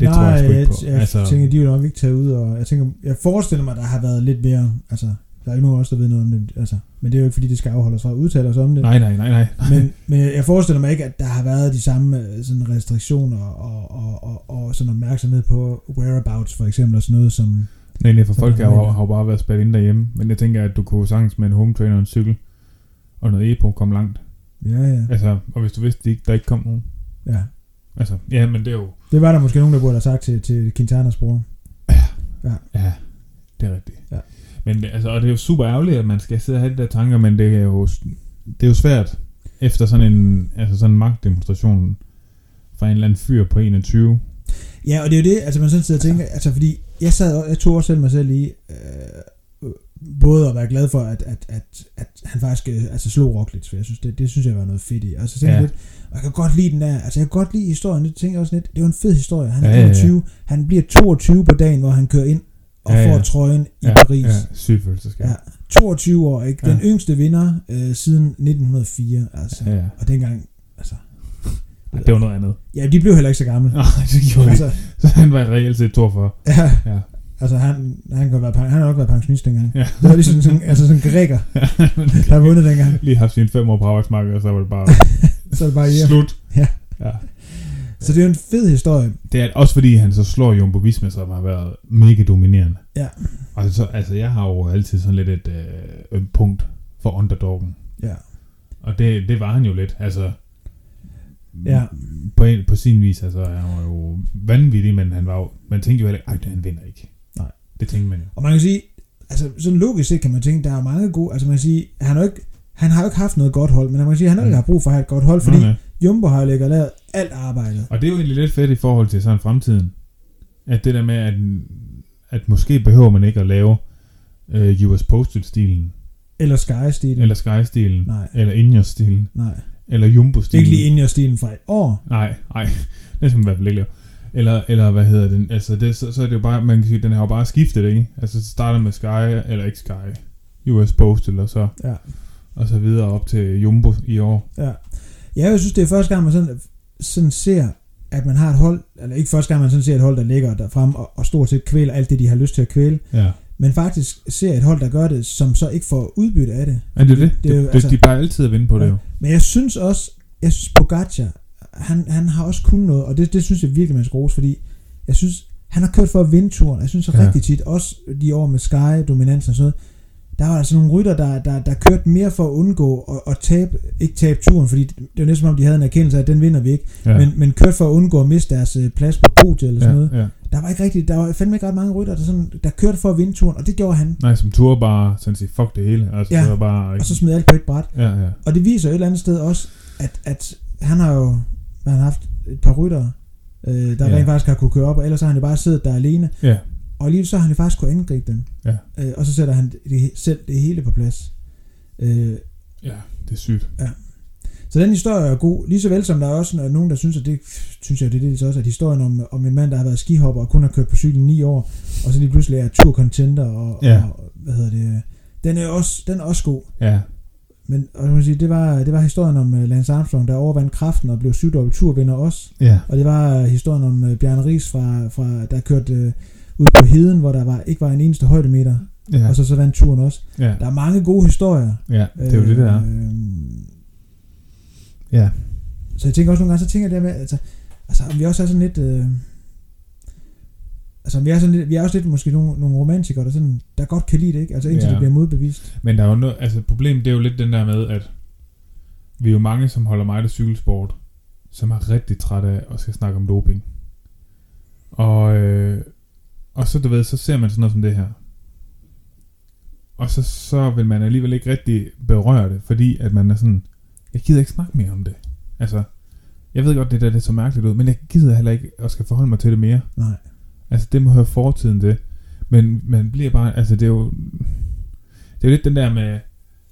B: Det
A: Nej,
B: tror jeg sgu ikke på.
A: jeg, jeg altså, tænker, de vil nok ikke tage ud, og jeg, tænker, jeg forestiller mig, der har været lidt mere, altså, der er ikke nogen af os, der ved noget om det, altså, men det er jo ikke, fordi det skal afholde os fra at udtale os om det.
B: nej, nej, nej, nej.
A: Men, men jeg forestiller mig ikke, at der har været de samme øh, sådan restriktioner og, og, og, og sådan opmærksomhed på whereabouts for eksempel og sådan noget som...
B: Nej, nej, for
A: Så
B: folk
A: der
B: har
A: er
B: jo,
A: mere.
B: har jo bare været spændt inde derhjemme. Men jeg tænker, at du kunne sagtens med en home trainer og en cykel og noget EPO komme langt.
A: Ja, ja,
B: Altså, og hvis du vidste, at de ikke, der ikke kom nogen.
A: ja.
B: Altså, ja, men det er jo...
A: Det var der måske nogen, der burde have sagt til, til Quintanas bror.
B: Ja, det er rigtigt.
A: Ja.
B: Men det- altså, og det er jo super ærgerligt, at man skal sidde og have de der tanker, men det er jo, det er jo svært efter sådan en, altså sådan en magtdemonstration fra en eller anden fyr på 21.
A: Ja, og det er jo det, altså man sådan sidder og tænker, altså fordi jeg, sad, og- jeg tog også selv mig selv i, øh, både at være glad for, at, at, at, at han faktisk øh, altså, slog Roglic, for jeg synes, det, det synes jeg var noget fedt i. Og så tænkte
B: Ja.
A: ja. jeg lidt, og jeg kan godt lide den der, altså jeg kan godt lide historien, det tænker jeg også lidt, det var en fed historie, han er
B: Ja, ja, ja.
A: 21, han bliver 22 på dagen, hvor han kører ind og
B: Ja,
A: ja,
B: ja.
A: ja. får trøjen i
B: ja,
A: Paris. Ja.
B: Ja, syg følelseskab.
A: Ja. 22 år, ikke? Den
B: Ja.
A: ja. yngste vinder øh, siden 1904, altså. Ja.
B: ja, ja.
A: Og dengang, altså,
B: Ej, Det var noget andet.
A: ja, de blev heller ikke så gamle.
B: Nej, det gjorde altså,
A: Altså,
B: Så han var reelt set 42.
A: ja.
B: Ja.
A: Altså, han, han, kan være, pen- han har nok været pensionist dengang.
B: Ja.
A: Det var ligesom sådan, altså sådan en græker, der har vundet dengang.
B: Lige haft sine fem år på arbejdsmarkedet, og så var det bare
A: Så er det bare hjem.
B: slut.
A: Ja.
B: ja.
A: Så det er jo en fed historie.
B: Det er også fordi, han så slår Jumbo Visma, som har været mega dominerende.
A: Ja.
B: Og så, altså, jeg har jo altid sådan lidt et øh, ømt punkt for underdoggen.
A: Ja.
B: Og det, det var han jo lidt, altså...
A: Ja.
B: På, en, på sin vis, altså, han var jo vanvittig, men han var jo, man tænkte jo heller ikke, "Ej, han vinder ikke.
A: Nej.
B: Det tænkte man jo.
A: Og man kan sige, altså sådan logisk set kan man tænke, der er mange gode, altså man kan sige, han har jo ikke, han har jo ikke haft noget godt hold, men man kan sige, han har ikke haft brug for at have et godt hold, fordi
B: Nå, ja.
A: Jumbo har jo lægget lavet alt arbejdet.
B: Og det er jo egentlig lidt fedt i forhold til sådan fremtiden. At det der med, at, at måske behøver man ikke at lave øh, US Postal-stilen,
A: Eller Sky-stilen.
B: eller Sky-stilen,
A: Nej,
B: eller Ingers-stilen,
A: nej.
B: eller
A: Det er
B: Jumbo-stilen.
A: ikke lige inden stilen fra et år.
B: Nej, nej. Det skal man i hvert fald ikke lave. Eller, eller hvad hedder den? Altså, det, så, så er det jo bare, man kan sige, den har jo bare skiftet, ikke? Altså, det starter med Sky, eller ikke Sky, US Postal, og så,
A: Ja.
B: og så videre op til Jumbo i år.
A: Ja. ja, jeg synes, det er første gang, man sådan, sådan ser, at man har et hold, eller ikke første gang, man sådan ser et hold, der ligger der frem og, og stort set kvæler alt det, de har lyst til at kvæle,
B: Ja.
A: men faktisk ser et hold, der gør det, som så ikke får udbytte af det.
B: Er det er jo det?
A: Det er jo,
B: det, det
A: altså-
B: de plejer altid at vinde på det
A: Ja.
B: jo.
A: Men jeg synes også, jeg synes Pogacar, han, han har også kun noget, og det, det synes jeg virkelig, man skal rose, fordi jeg synes, han har kørt for at vinde turen. Jeg synes så
B: Ja.
A: rigtig tit, også de år med Sky, dominansen og sådan noget, der var altså nogle rytter, der, der, der kørte mere for at undgå at, at tabe, ikke tabe turen, fordi det var næsten som om, de havde en erkendelse af, at den vinder vi ikke,
B: Ja.
A: ja. men, men kørte for at undgå at miste deres øh, plads på podiet eller sådan ja. noget.
B: ja, ja.
A: Der var ikke rigtig, der var fandme ikke ret mange rytter, der, sådan, der kørte for at vinde turen, og det gjorde han.
B: Nej, som tur bare sådan sige, fuck det hele. Altså,
A: Ja.
B: så bare...
A: Og så smed alt på et bræt.
B: ja, ja.
A: Og det viser jo et eller andet sted også, at, at han har jo han har haft et par ryttere, øh, der
B: Ja.
A: ja. rent faktisk har kunne køre op, og ellers har han jo bare siddet der alene.
B: Ja.
A: Og alligevel så har han jo faktisk kunne angribe dem.
B: Ja.
A: Øh, og så sætter han det, selv det hele på plads. Øh,
B: ja, det er sygt.
A: så den historie er god, lige så vel som der er også er nogen, der synes, at det synes jeg, det er dels også, at historien om, om en mand, der har været skihopper og kun har kørt på cyklen 9 år, og så lige pludselig er turcontenter og,
B: Ja.
A: og, hvad hedder det, øh, den er også, den er også god.
B: Ja,
A: Men og man sige, det, var, det var historien om uh, Lance Armstrong, der overvandt kraften og blev syvdobbelt turvinder også.
B: ja.
A: Og det var uh, historien om uh, Bjarne Ries, fra, fra, der kørte uh, ud på heden, hvor der var, ikke var en eneste højdemeter. Ja.
B: Ja,
A: Og så, så vandt turen også.
B: ja,
A: Der er mange gode historier.
B: ja, det er jo det, der er.
A: Øh,
B: Ja.
A: så jeg tænker også nogle gange, så tænker jeg det her med, altså, altså om vi også er sådan lidt... Øh, altså om vi er, sådan lidt, vi er også lidt måske nogle, nogle romantikere, der, sådan, der godt kan lide det, ikke? Altså indtil
B: Ja.
A: ja. det bliver modbevist.
B: Men der er jo noget, altså problemet det er jo lidt den der med, at vi er jo mange, som holder meget af cykelsport, som er rigtig træt af at skal snakke om doping. Og, øh, og så, du ved, så ser man sådan noget som det her. Og så, så vil man alligevel ikke rigtig berøre det, fordi at man er sådan, jeg gider ikke snakke mere om det. Altså, jeg ved godt, det der det så mærkeligt ud, men jeg gider heller ikke at skal forholde mig til det mere.
A: Nej.
B: Altså, det må høre fortiden det. Men man bliver bare, altså det er jo, det er jo lidt den der med,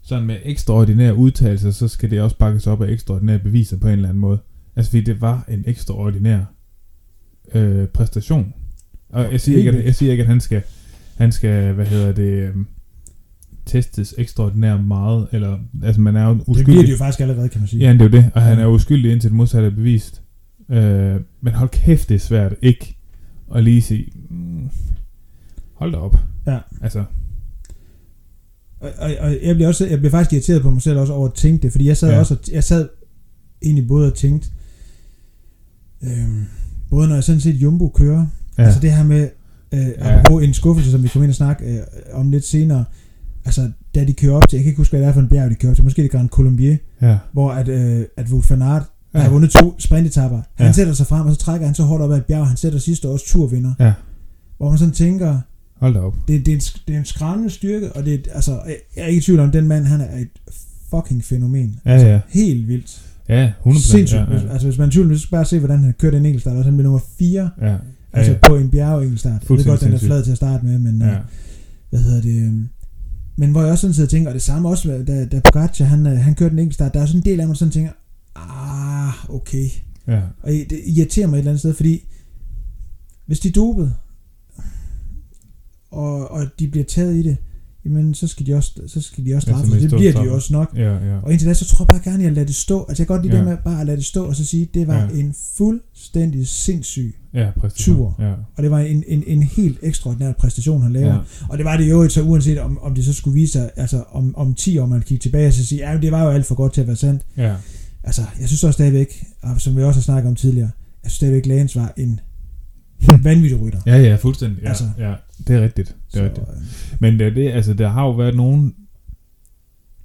B: sådan med ekstraordinære udtalelser, så skal det også bakkes op af ekstraordinære beviser på en eller anden måde. Altså, fordi det var en ekstraordinær øh, præstation. Og jeg siger,
A: Helt
B: ikke, at,
A: vildt.
B: jeg siger ikke, at han skal, han skal hvad hedder det, øhm, testes ekstraordinært meget, eller, altså man er jo
A: Det
B: uskyldig.
A: bliver de jo faktisk allerede, kan man sige.
B: Ja, det er jo det, og han er jo uskyldig indtil det modsatte er bevist. Øh, men hold kæft, det er svært ikke at lige sige, mm, hold da op.
A: Ja.
B: Altså,
A: Og, og, og jeg bliver, også, jeg bliver faktisk irriteret på mig selv også over at tænke det, fordi jeg sad
B: Ja.
A: ja. også, og- jeg sad egentlig både og tænkte, øhm, både når jeg sådan set Jumbo kører, ja.
B: ja,
A: altså det her med, øh,
B: Ja.
A: ja. en skuffelse, som vi kommer ind og snakke øh, om lidt senere, altså da de kører op til, jeg kan ikke huske, hvad det er for en bjerg, de kører op til, måske det er Grand Colombier,
B: ja,
A: hvor at, øh, at Wout van Aert, der
B: Ja.
A: har vundet to sprintetapper, han
B: Ja.
A: sætter sig frem, og så trækker han så hårdt op ad et bjerg, og han sætter sidste års turvinder,
B: Ja.
A: hvor man sådan tænker,
B: hold da op.
A: det, det, er en, sk- det er en skræmmende styrke, og det er, altså, jeg, jeg er ikke i tvivl om, den mand, han er et fucking fænomen.
B: Ja,
A: altså,
B: ja.
A: Helt vildt.
B: Ja, 100%.
A: Sindssygt.
B: Ja,
A: Hvis-
B: ja.
A: Altså, hvis man er i tvivl, så skal bare se, hvordan han kørte en enkeltstart, og så blev nummer 4,
B: Ja,
A: altså
B: ja,
A: på en bjergeenkeltstart. Det er
B: Fuldstændig
A: godt, den er
B: sindssygt.
A: flad til at starte med, men
B: ja,
A: ja. hvad hedder det... øhm, Men hvor jeg også sådan sidder og tænker, og det samme også, da, da Pogacar, han, øh, han kørte en enkeltstart, der er sådan en del af mig, der sådan tænker, ah, okay.
B: ja,
A: Og det irriterer mig et eller andet sted, fordi hvis de er dopet, og, og de bliver taget i det, jamen så skal de også, så skal de også
B: Ja, så må
A: straffes.
B: de
A: det
B: stå
A: bliver de
B: straffen.
A: jo også nok.
B: ja, ja.
A: Og indtil da, så tror jeg bare gerne, at jeg lader det stå. Altså jeg kan godt lide
B: Ja.
A: det med bare at lade det stå, og så sige, det var
B: Ja.
A: ja. en fuldstændig sindssyg,
B: Ja, præstation.
A: Tur.
B: Ja,
A: og det var en, en, en helt ekstraordinær præstation, han laver.
B: ja,
A: Ja. Og det var det jo så uanset om, om det så skulle vise sig, altså om, om 10 år, man kigger tilbage og så siger, ja, det var jo alt for godt til at være sandt.
B: ja,
A: Altså, jeg synes også stadigvæk, og som vi også har snakket om tidligere, jeg synes stadigvæk, Lægens var en vanvittig rytter.
B: ja, ja fuldstændig. Ja,
A: Altså.
B: ja, det er rigtigt. Det
A: Så,
B: er rigtigt.
A: øh,
B: Men det, er det, altså, der har jo været nogle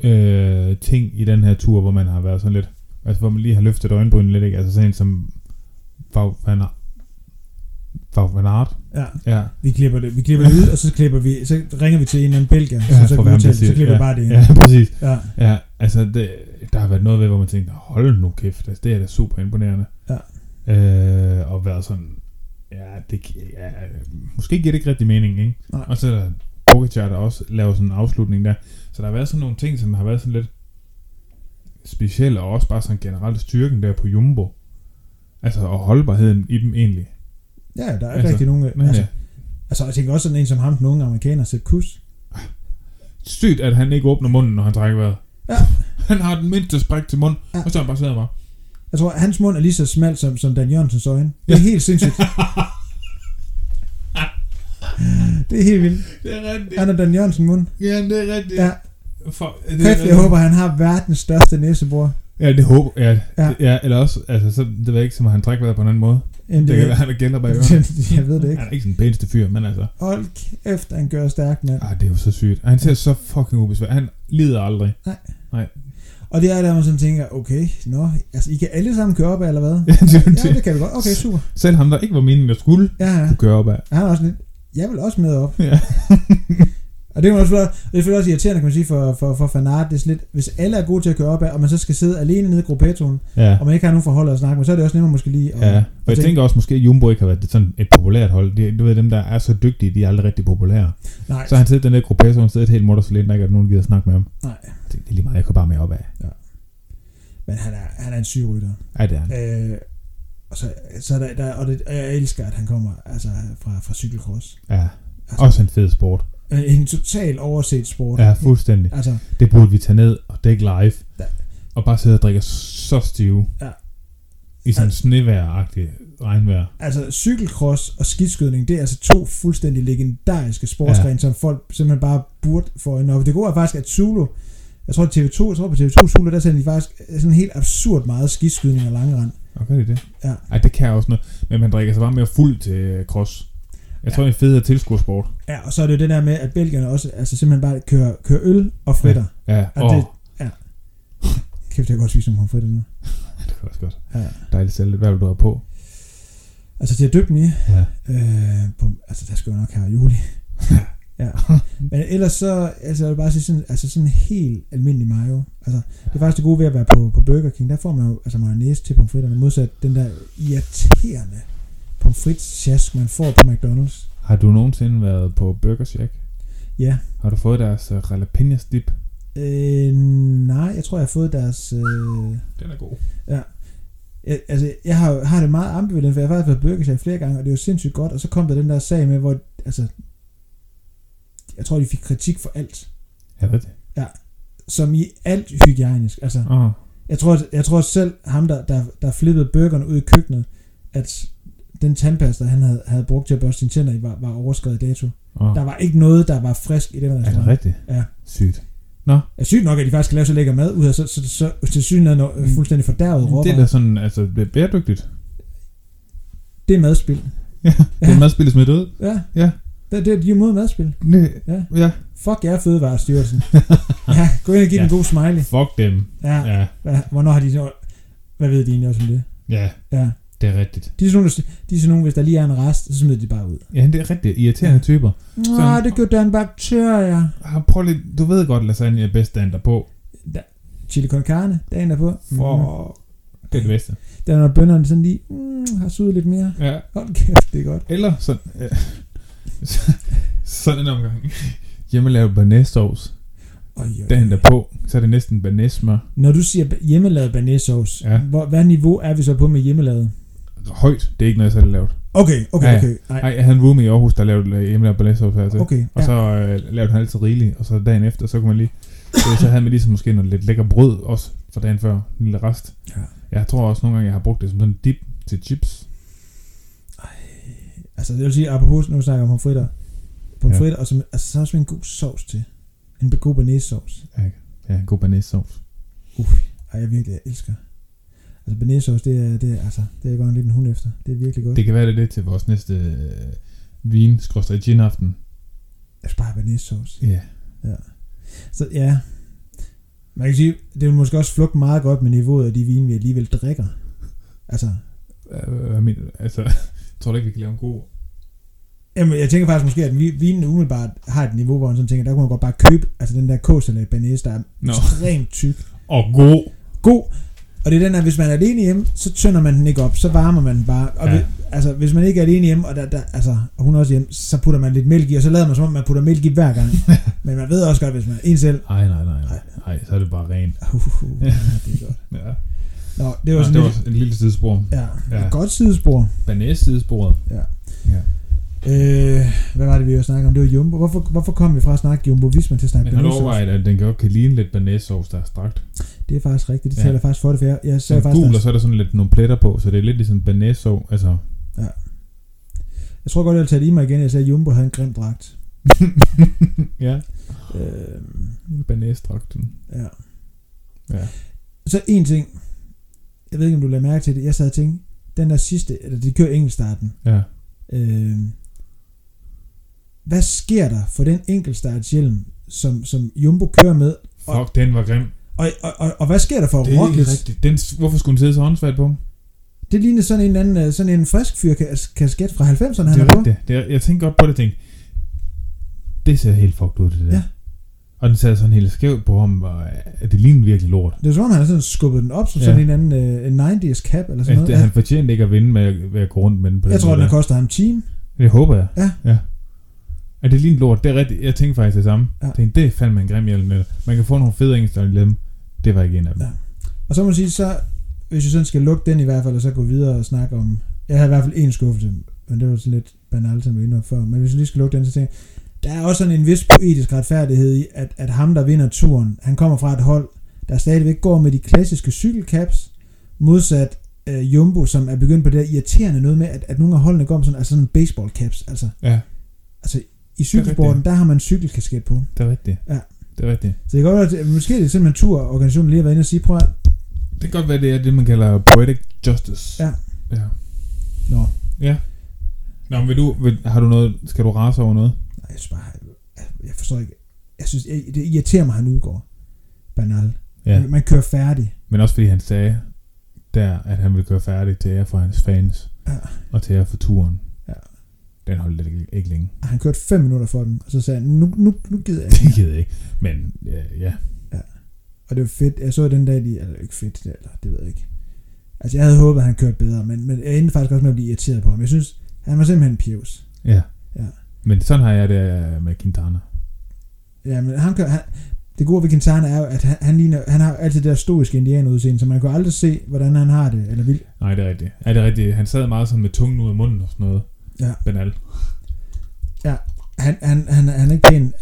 B: øh, ting i den her tur, hvor man har været sådan lidt, altså hvor man lige har løftet øjenbrynene lidt, ikke? Altså sådan en som Fag Van Aert. Fag Van Aert.
A: ja,
B: Ja,
A: vi klipper det, vi klipper det ud, og så, klipper vi, så ringer vi til en eller anden belgier, ja, som så
B: Altså, for
A: kan
B: hvad man
A: udtale, det,
B: siger.
A: så klipper
B: ja,
A: vi bare det ind.
B: Ja,
A: Ja.
B: præcis.
A: ja.
B: Ja, altså det, der har været noget ved, hvor man tænkte, hold nu kæft, altså, det er da super imponerende.
A: Ja.
B: Øh, og været sådan, ja, det, gi- ja, måske giver det ikke rigtig mening, ikke?
A: Nej.
B: Og så er der Pogacar, der også laver sådan en afslutning der. Så der har været sådan nogle ting, som har været sådan lidt specielle, og også bare sådan generelt styrken der på Jumbo. Altså, og holdbarheden i dem egentlig.
A: ja, der er ikke
B: Altså,
A: rigtig nogen...
B: Men,
A: Altså,
B: altså.
A: altså, jeg tænker også sådan en som ham, den unge amerikaner, Sepp Kuss.
B: Sygt, at han ikke åbner munden, når han trækker vejret.
A: Ja.
B: Han har den mindste spræk til munden,
A: Ja.
B: og så er han bare sidder bare.
A: Jeg tror, hans mund er lige så smal som, som Dan Jørgensens øjne. Det er helt sindssygt. det er helt vildt.
B: Det er rigtigt.
A: Han er Dan Jørgensen mund.
B: Ja, det er rigtigt.
A: Ja,
B: For, det,
A: kæft, jeg håber, han har verdens største næsebror.
B: Ja, det håber ja, ja.
A: Ja.
B: ja, eller også, altså, så, det ved jeg ikke, som han trækker vejret på en anden måde.
A: end
B: Det, det kan være, han er gælder bag ørerne.
A: jeg ved det ikke.
B: Han er ikke sådan den pæneste fyr, men altså.
A: Hold kæft, han gør stærk, mand.
B: Ah, det er jo så sygt. Og han ser så fucking ubesværet. Han lider aldrig.
A: Og det er der, man sådan tænker, okay, nå, altså, I kan alle sammen køre op af, eller hvad?
B: Ja, det er jo
A: Ja,
B: det.
A: det kan vi godt. Okay, super.
B: Selv ham, der ikke var meningen, der skulle,
A: Ja, ja.
B: kunne køre op af.
A: Han er også lidt, jeg vil også med op.
B: Ja.
A: Og det er jo også, og det er selvfølgelig også irriterende, kan man sige, for, for, for Fanart. Det er sådan lidt, hvis alle er gode til at køre op af, og man så skal sidde alene nede i gruppetonen,
B: Ja.
A: og man ikke har nogen forhold at snakke med, så er det også nemmere måske lige at...
B: Ja, og jeg
A: tænk-
B: tænker også måske, at Jumbo ikke har været sådan et populært hold. De, du ved, dem der er så dygtige, de er aldrig rigtig populære.
A: Nej,
B: Så han sidder i den der gruppe, så han sidder helt mutters alene, der ikke er nogen, der gider snakke med ham.
A: nej.
B: Jeg tænkte, det er lige meget, jeg kan bare med op af.
A: Men han er, han er en syg rytter.
B: Ja, det er han.
A: Øh, og så, så er der, der, og, det, og jeg elsker, at han kommer altså, fra, fra cykelkross.
B: Ja.
A: Altså-
B: Også en fed sport.
A: Øh, En total overset sport.
B: Ja, fuldstændig.
A: Altså,
B: Det burde vi tage ned og dække live.
A: Ja.
B: Og bare sidde og drikke så stive.
A: Ja.
B: I sådan
A: Ja.
B: snevejr-agtig regnvejr.
A: altså cykelcross og skidskydning, det er altså to fuldstændig legendariske sportsgrene, ja. som folk simpelthen bare burde få øjnene op. Det gode er faktisk, at Zulu, jeg tror det er TV2, jeg tror på TV2 Zulu, der sender de faktisk øh, sådan helt absurd meget skidskydning og langrand.
B: Og gør de det?
A: Ja.
B: Ej, det kan jeg også noget. Men man drikker sig bare mere fuld til øh, cross. Jeg
A: Ja.
B: tror, det er en federe tilskuersport.
A: Ja, og så er det jo det der med, at belgierne også altså simpelthen bare kører, kører øl og fritter. Ja.
B: Ja,
A: Ja,
B: og det...
A: det- Kæft, jeg kan godt spise nogle fritter nu.
B: det kan også godt.
A: Ja.
B: Dejligt selv. Hvad vil du have på?
A: Altså til at døbe den i,
B: Ja.
A: øh, på, altså der skal jo nok have juli. ja. Men ellers så, altså jeg vil bare sige sådan, altså sådan helt almindelig mayo. Altså det er faktisk det gode ved at være på, på Burger King, der får man jo altså mayonnaise til pomfritterne, modsat den der irriterende pomfritsjask, man får på McDonald's.
B: Har du nogensinde været på Burger Shack?
A: Ja.
B: Har du fået deres uh, jalapenos dip?
A: Øh, nej, jeg tror jeg har fået deres, øh,
B: Den er god.
A: Jeg, altså, jeg har, har det meget ambivalent, for jeg har faktisk været burgerchef flere gange, og det er jo sindssygt godt. Og så kom der den der sag med, hvor... Altså, jeg tror, de fik kritik for alt.
B: Er det det?
A: Som i alt hygiejnisk. Altså,
B: Åh,
A: jeg tror, jeg tror selv ham, der, der, der flippede burgerne ud i køkkenet, at den tandpasta, han havde, havde brugt til at børste sine tænder i, var, var overskrevet dato.
B: åh.
A: Der var ikke noget, der var frisk i den
B: Er det
A: restaurant.
B: rigtigt?
A: Ja.
B: Sygt.
A: Jeg sygt nok, at de faktisk kan lave så lækker mad ud af så, så, så, så til synligheden øh, fuldstændig fordærvet råvarer.
B: Mm. Det er da sådan, altså, det er bæredygtigt.
A: det er madspil.
B: Ja, det er madspillet smidt ud.
A: Ja.
B: Ja.
A: Det, det, de er mod madspil.
B: Det,
A: Ja.
B: ja.
A: Fuck jer, Fødevarestyrelsen. ja, gå ind og give ja.
B: Ja.
A: en god smiley.
B: Fuck dem.
A: Ja.
B: Ja.
A: ja. Hvornår har de... Hvad ved de egentlig også om det?
B: Ja,
A: Ja.
B: det er rigtigt.
A: De er sådan nogle, der- de er sådan nogle hvis der lige er en rest, så smider de bare ud.
B: Ja, det er rigtigt. Irriterende typer.
A: Nå,
B: Sådan.
A: det gjorde der en bakterie.
B: Ah, Prøv lige, du ved godt, lasagne er bedst dagen derpå.
A: Chili con carne, dagen derpå.
B: For...
A: Mhm.
B: Det er det bedste.
A: Der er når bønderne sådan lige mm, har suget lidt mere.
B: Ja.
A: Hold kæft, det er godt.
B: Eller sådan... Ja. sådan en omgang. Hjemmelavet banæssovs.
A: Oj, oj.
B: Dagen derpå, så er det næsten banæssmør.
A: Når du siger ba- hjemmelavet banæssauce,
B: Ja.
A: hvor, hvad niveau er vi så på med hjemmelavet?
B: Højt. Det er ikke noget, jeg selv har lavet.
A: Okay, okay,
B: Ja, ja.
A: okay. Nej,
B: Nej, jeg havde en roomie i Aarhus, der lavede øh, hjemmelavet banæssovs her til.
A: okay.
B: Og
A: Ja.
B: så øh, lavede han altid rigeligt, og så dagen efter, så kunne man lige... øh, Så havde man ligesom måske noget lidt lækker brød også fra dagen før, en lille rest.
A: Ja.
B: Jeg tror også nogle gange, jeg har brugt det som sådan en dip til chips.
A: Altså, det vil sige, apropos, nu snakker jeg om pomfritter. Pomfritter, ja. og som, altså, så er der simpelthen en god sovs til. En god banæssauce.
B: Ja, en god banæssovs.
A: Ej, jeg virkelig jeg elsker. Altså, banæssauce, det er, det er, altså, det er jeg godt nok lidt en hund efter. Det er virkelig godt. Det.
B: Det kan være, det er det til vores næste øh, vin gin aften
A: Jeg sparer banæssauce.
B: Ja.
A: Så ja, man kan sige, det vil måske også flugte meget godt med niveauet af de vine, vi alligevel drikker. Altså,
B: Øh, Hvad mener du? Altså, jeg tror du ikke, vi kan lave en god...
A: Jamen, jeg tænker faktisk måske, at vi- vinen umiddelbart har et niveau, hvor man sådan tænker, der kunne man godt bare købe, altså den der kåsalat banæs, der er no.
B: Nå.
A: ekstremt tyk.
B: Og god!
A: God. Og det er den her, hvis man er alene hjemme, så tynder man den ikke op, så varmer man den bare. Og ja.
B: Ja.
A: ved, altså, hvis man ikke er alene hjemme, og, der, der, altså, og hun er også hjemme, så putter man lidt mælk i, og så lader man som om, man putter mælk i hver gang. Men man ved også godt, hvis man er en selv,
B: Ej, nej, nej, nej. Ej, så er det bare rent.
A: uh, uh, uh, ja, det er godt.
B: Ja.
A: Nå, det
B: Det
A: var
B: var,
A: sådan
B: det
A: Nå,
B: var en lille sidespor.
A: Ja,
B: Ja.
A: ja. godt sidespor.
B: Banæs-sidesporet.
A: Øh, hvad var det, vi jo snakkede om? Det var Jumbo. Hvorfor, hvorfor kom vi fra at snakke Jumbo Visma til at snakke
B: Men har du
A: banæssauce?
B: overvejet, at den godt kan ligne lidt banæssovs, der er strakt?
A: Det er faktisk rigtigt. Det
B: Ja.
A: taler ja. faktisk for det, for jeg, jeg
B: Så
A: sagde
B: er
A: faktisk...
B: gul, og så er der sådan lidt nogle pletter på, så det er lidt ligesom banæssov. Altså,
A: Jeg tror godt, jeg vil tage det i mig igen. Jeg sagde, at Jumbo havde en grim dragt.
B: ja,
A: Øh,
B: banæsdragten.
A: ja.
B: Ja.
A: Så en ting. Jeg ved ikke, om du lagde mærke til det. Jeg sad og tænkte, den der sidste, eller de kører enkeltstarten.
B: Ja.
A: Øh, hvad sker der for den enkeltstartshjelm, som, som Jumbo kører med?
B: Fuck, den var grim.
A: Og, og, og, og hvad sker der for Roglic?
B: rigtigt. Den, hvorfor skulle den sidde så håndsvært på?
A: Det ligner sådan en, eller anden, øh, sådan en frisk fyrkasket fra 90'erne, han
B: det
A: er
B: er
A: på.
B: rigtigt. Det er, jeg tænkte godt på det, og tænkte, det ser helt fucked ud, det der.
A: Ja.
B: Og den sad sådan helt skævt på ham, og øh, det lignede virkelig lort.
A: Det er som om, han har sådan skubbet den op som ja.
B: Ja.
A: sådan en anden øh, 90's cap eller sådan
B: Altså,
A: noget.
B: det, han fortjente ikke at vinde med at, ved at gå rundt med den på
A: Jeg
B: den
A: tror, den
B: måde
A: har
B: der.
A: kostet ham en time.
B: Det håber jeg.
A: Ja.
B: ja. Er det lige lort? Det er rigtigt. Jeg tænkte faktisk det samme.
A: Ja.
B: Ja. Tænkte, det er fandme en grim hjelm. eller Man kan få nogle fede engelsker i dem. Det var ikke en af dem.
A: Ja. Og så må man sige, så, hvis jeg sådan skal lukke den i hvert fald, og så gå videre og snakke om... Jeg havde i hvert fald en skuffelse, men det var sådan lidt banalt, som vi var inde på før. Men hvis jeg lige skal lukke den, så tænker jeg, der er også sådan en vis poetisk retfærdighed i, at, at ham, der vinder turen, han kommer fra et hold, der stadigvæk går med de klassiske cykelcaps, modsat øh, Jumbo, som er begyndt på det der irriterende noget med, at, at nogle af holdene går med sådan, altså sådan baseball caps. Altså,
B: Ja.
A: altså i cykelsporten,
B: rigtigt.
A: der har man en cykelkasket på.
B: Det er rigtigt.
A: Ja.
B: Det er rigtigt.
A: Så det kan godt være, at måske er det simpelthen turorganisationen lige har været inde og sige, prøv at
B: Det kan godt være, det er det, man kalder poetic justice.
A: Ja.
B: ja.
A: Nå.
B: Ja. Nå, men vil du, vil, har du noget, skal du rase over noget?
A: Nej, jeg synes bare, jeg forstår ikke. Jeg synes, jeg, det irriterer mig, at han udgår. Banal. Ja. Man kører færdig.
B: Men også fordi han sagde der, at han ville gøre færdig til ære for hans fans.
A: Ja.
B: Og til ære for turen.
A: Ja.
B: Den holdt lidt, ikke- ikke længe.
A: Og han kørte 5 minutter for den, og så sagde han, nu, nu, nu gider jeg
B: Det
A: ikke. mere.
B: gider jeg ikke. Men øh, ja.
A: og det var fedt. Jeg så den dag, de, eller ikke fedt, det- eller det ved jeg ikke. Altså, jeg havde håbet, at han kørte bedre, men, men jeg endte faktisk også med at blive irriteret på ham. Jeg synes, han var simpelthen en pjevs.
B: Ja.
A: Ja.
B: Men sådan har jeg det øh, med Quintana.
A: Ja, men han kører, han, Det gode ved Quintana er jo, at han, han, ligner, han har altid det der stoiske indianerudseende, så man kan jo aldrig se, hvordan han har det, eller vil.
B: Nej, det er rigtigt. Er det rigtigt? Han sad meget sådan med tungen ud af munden og sådan noget.
A: Ja.
B: Benal.
A: Han, han, han, han er ikke pæn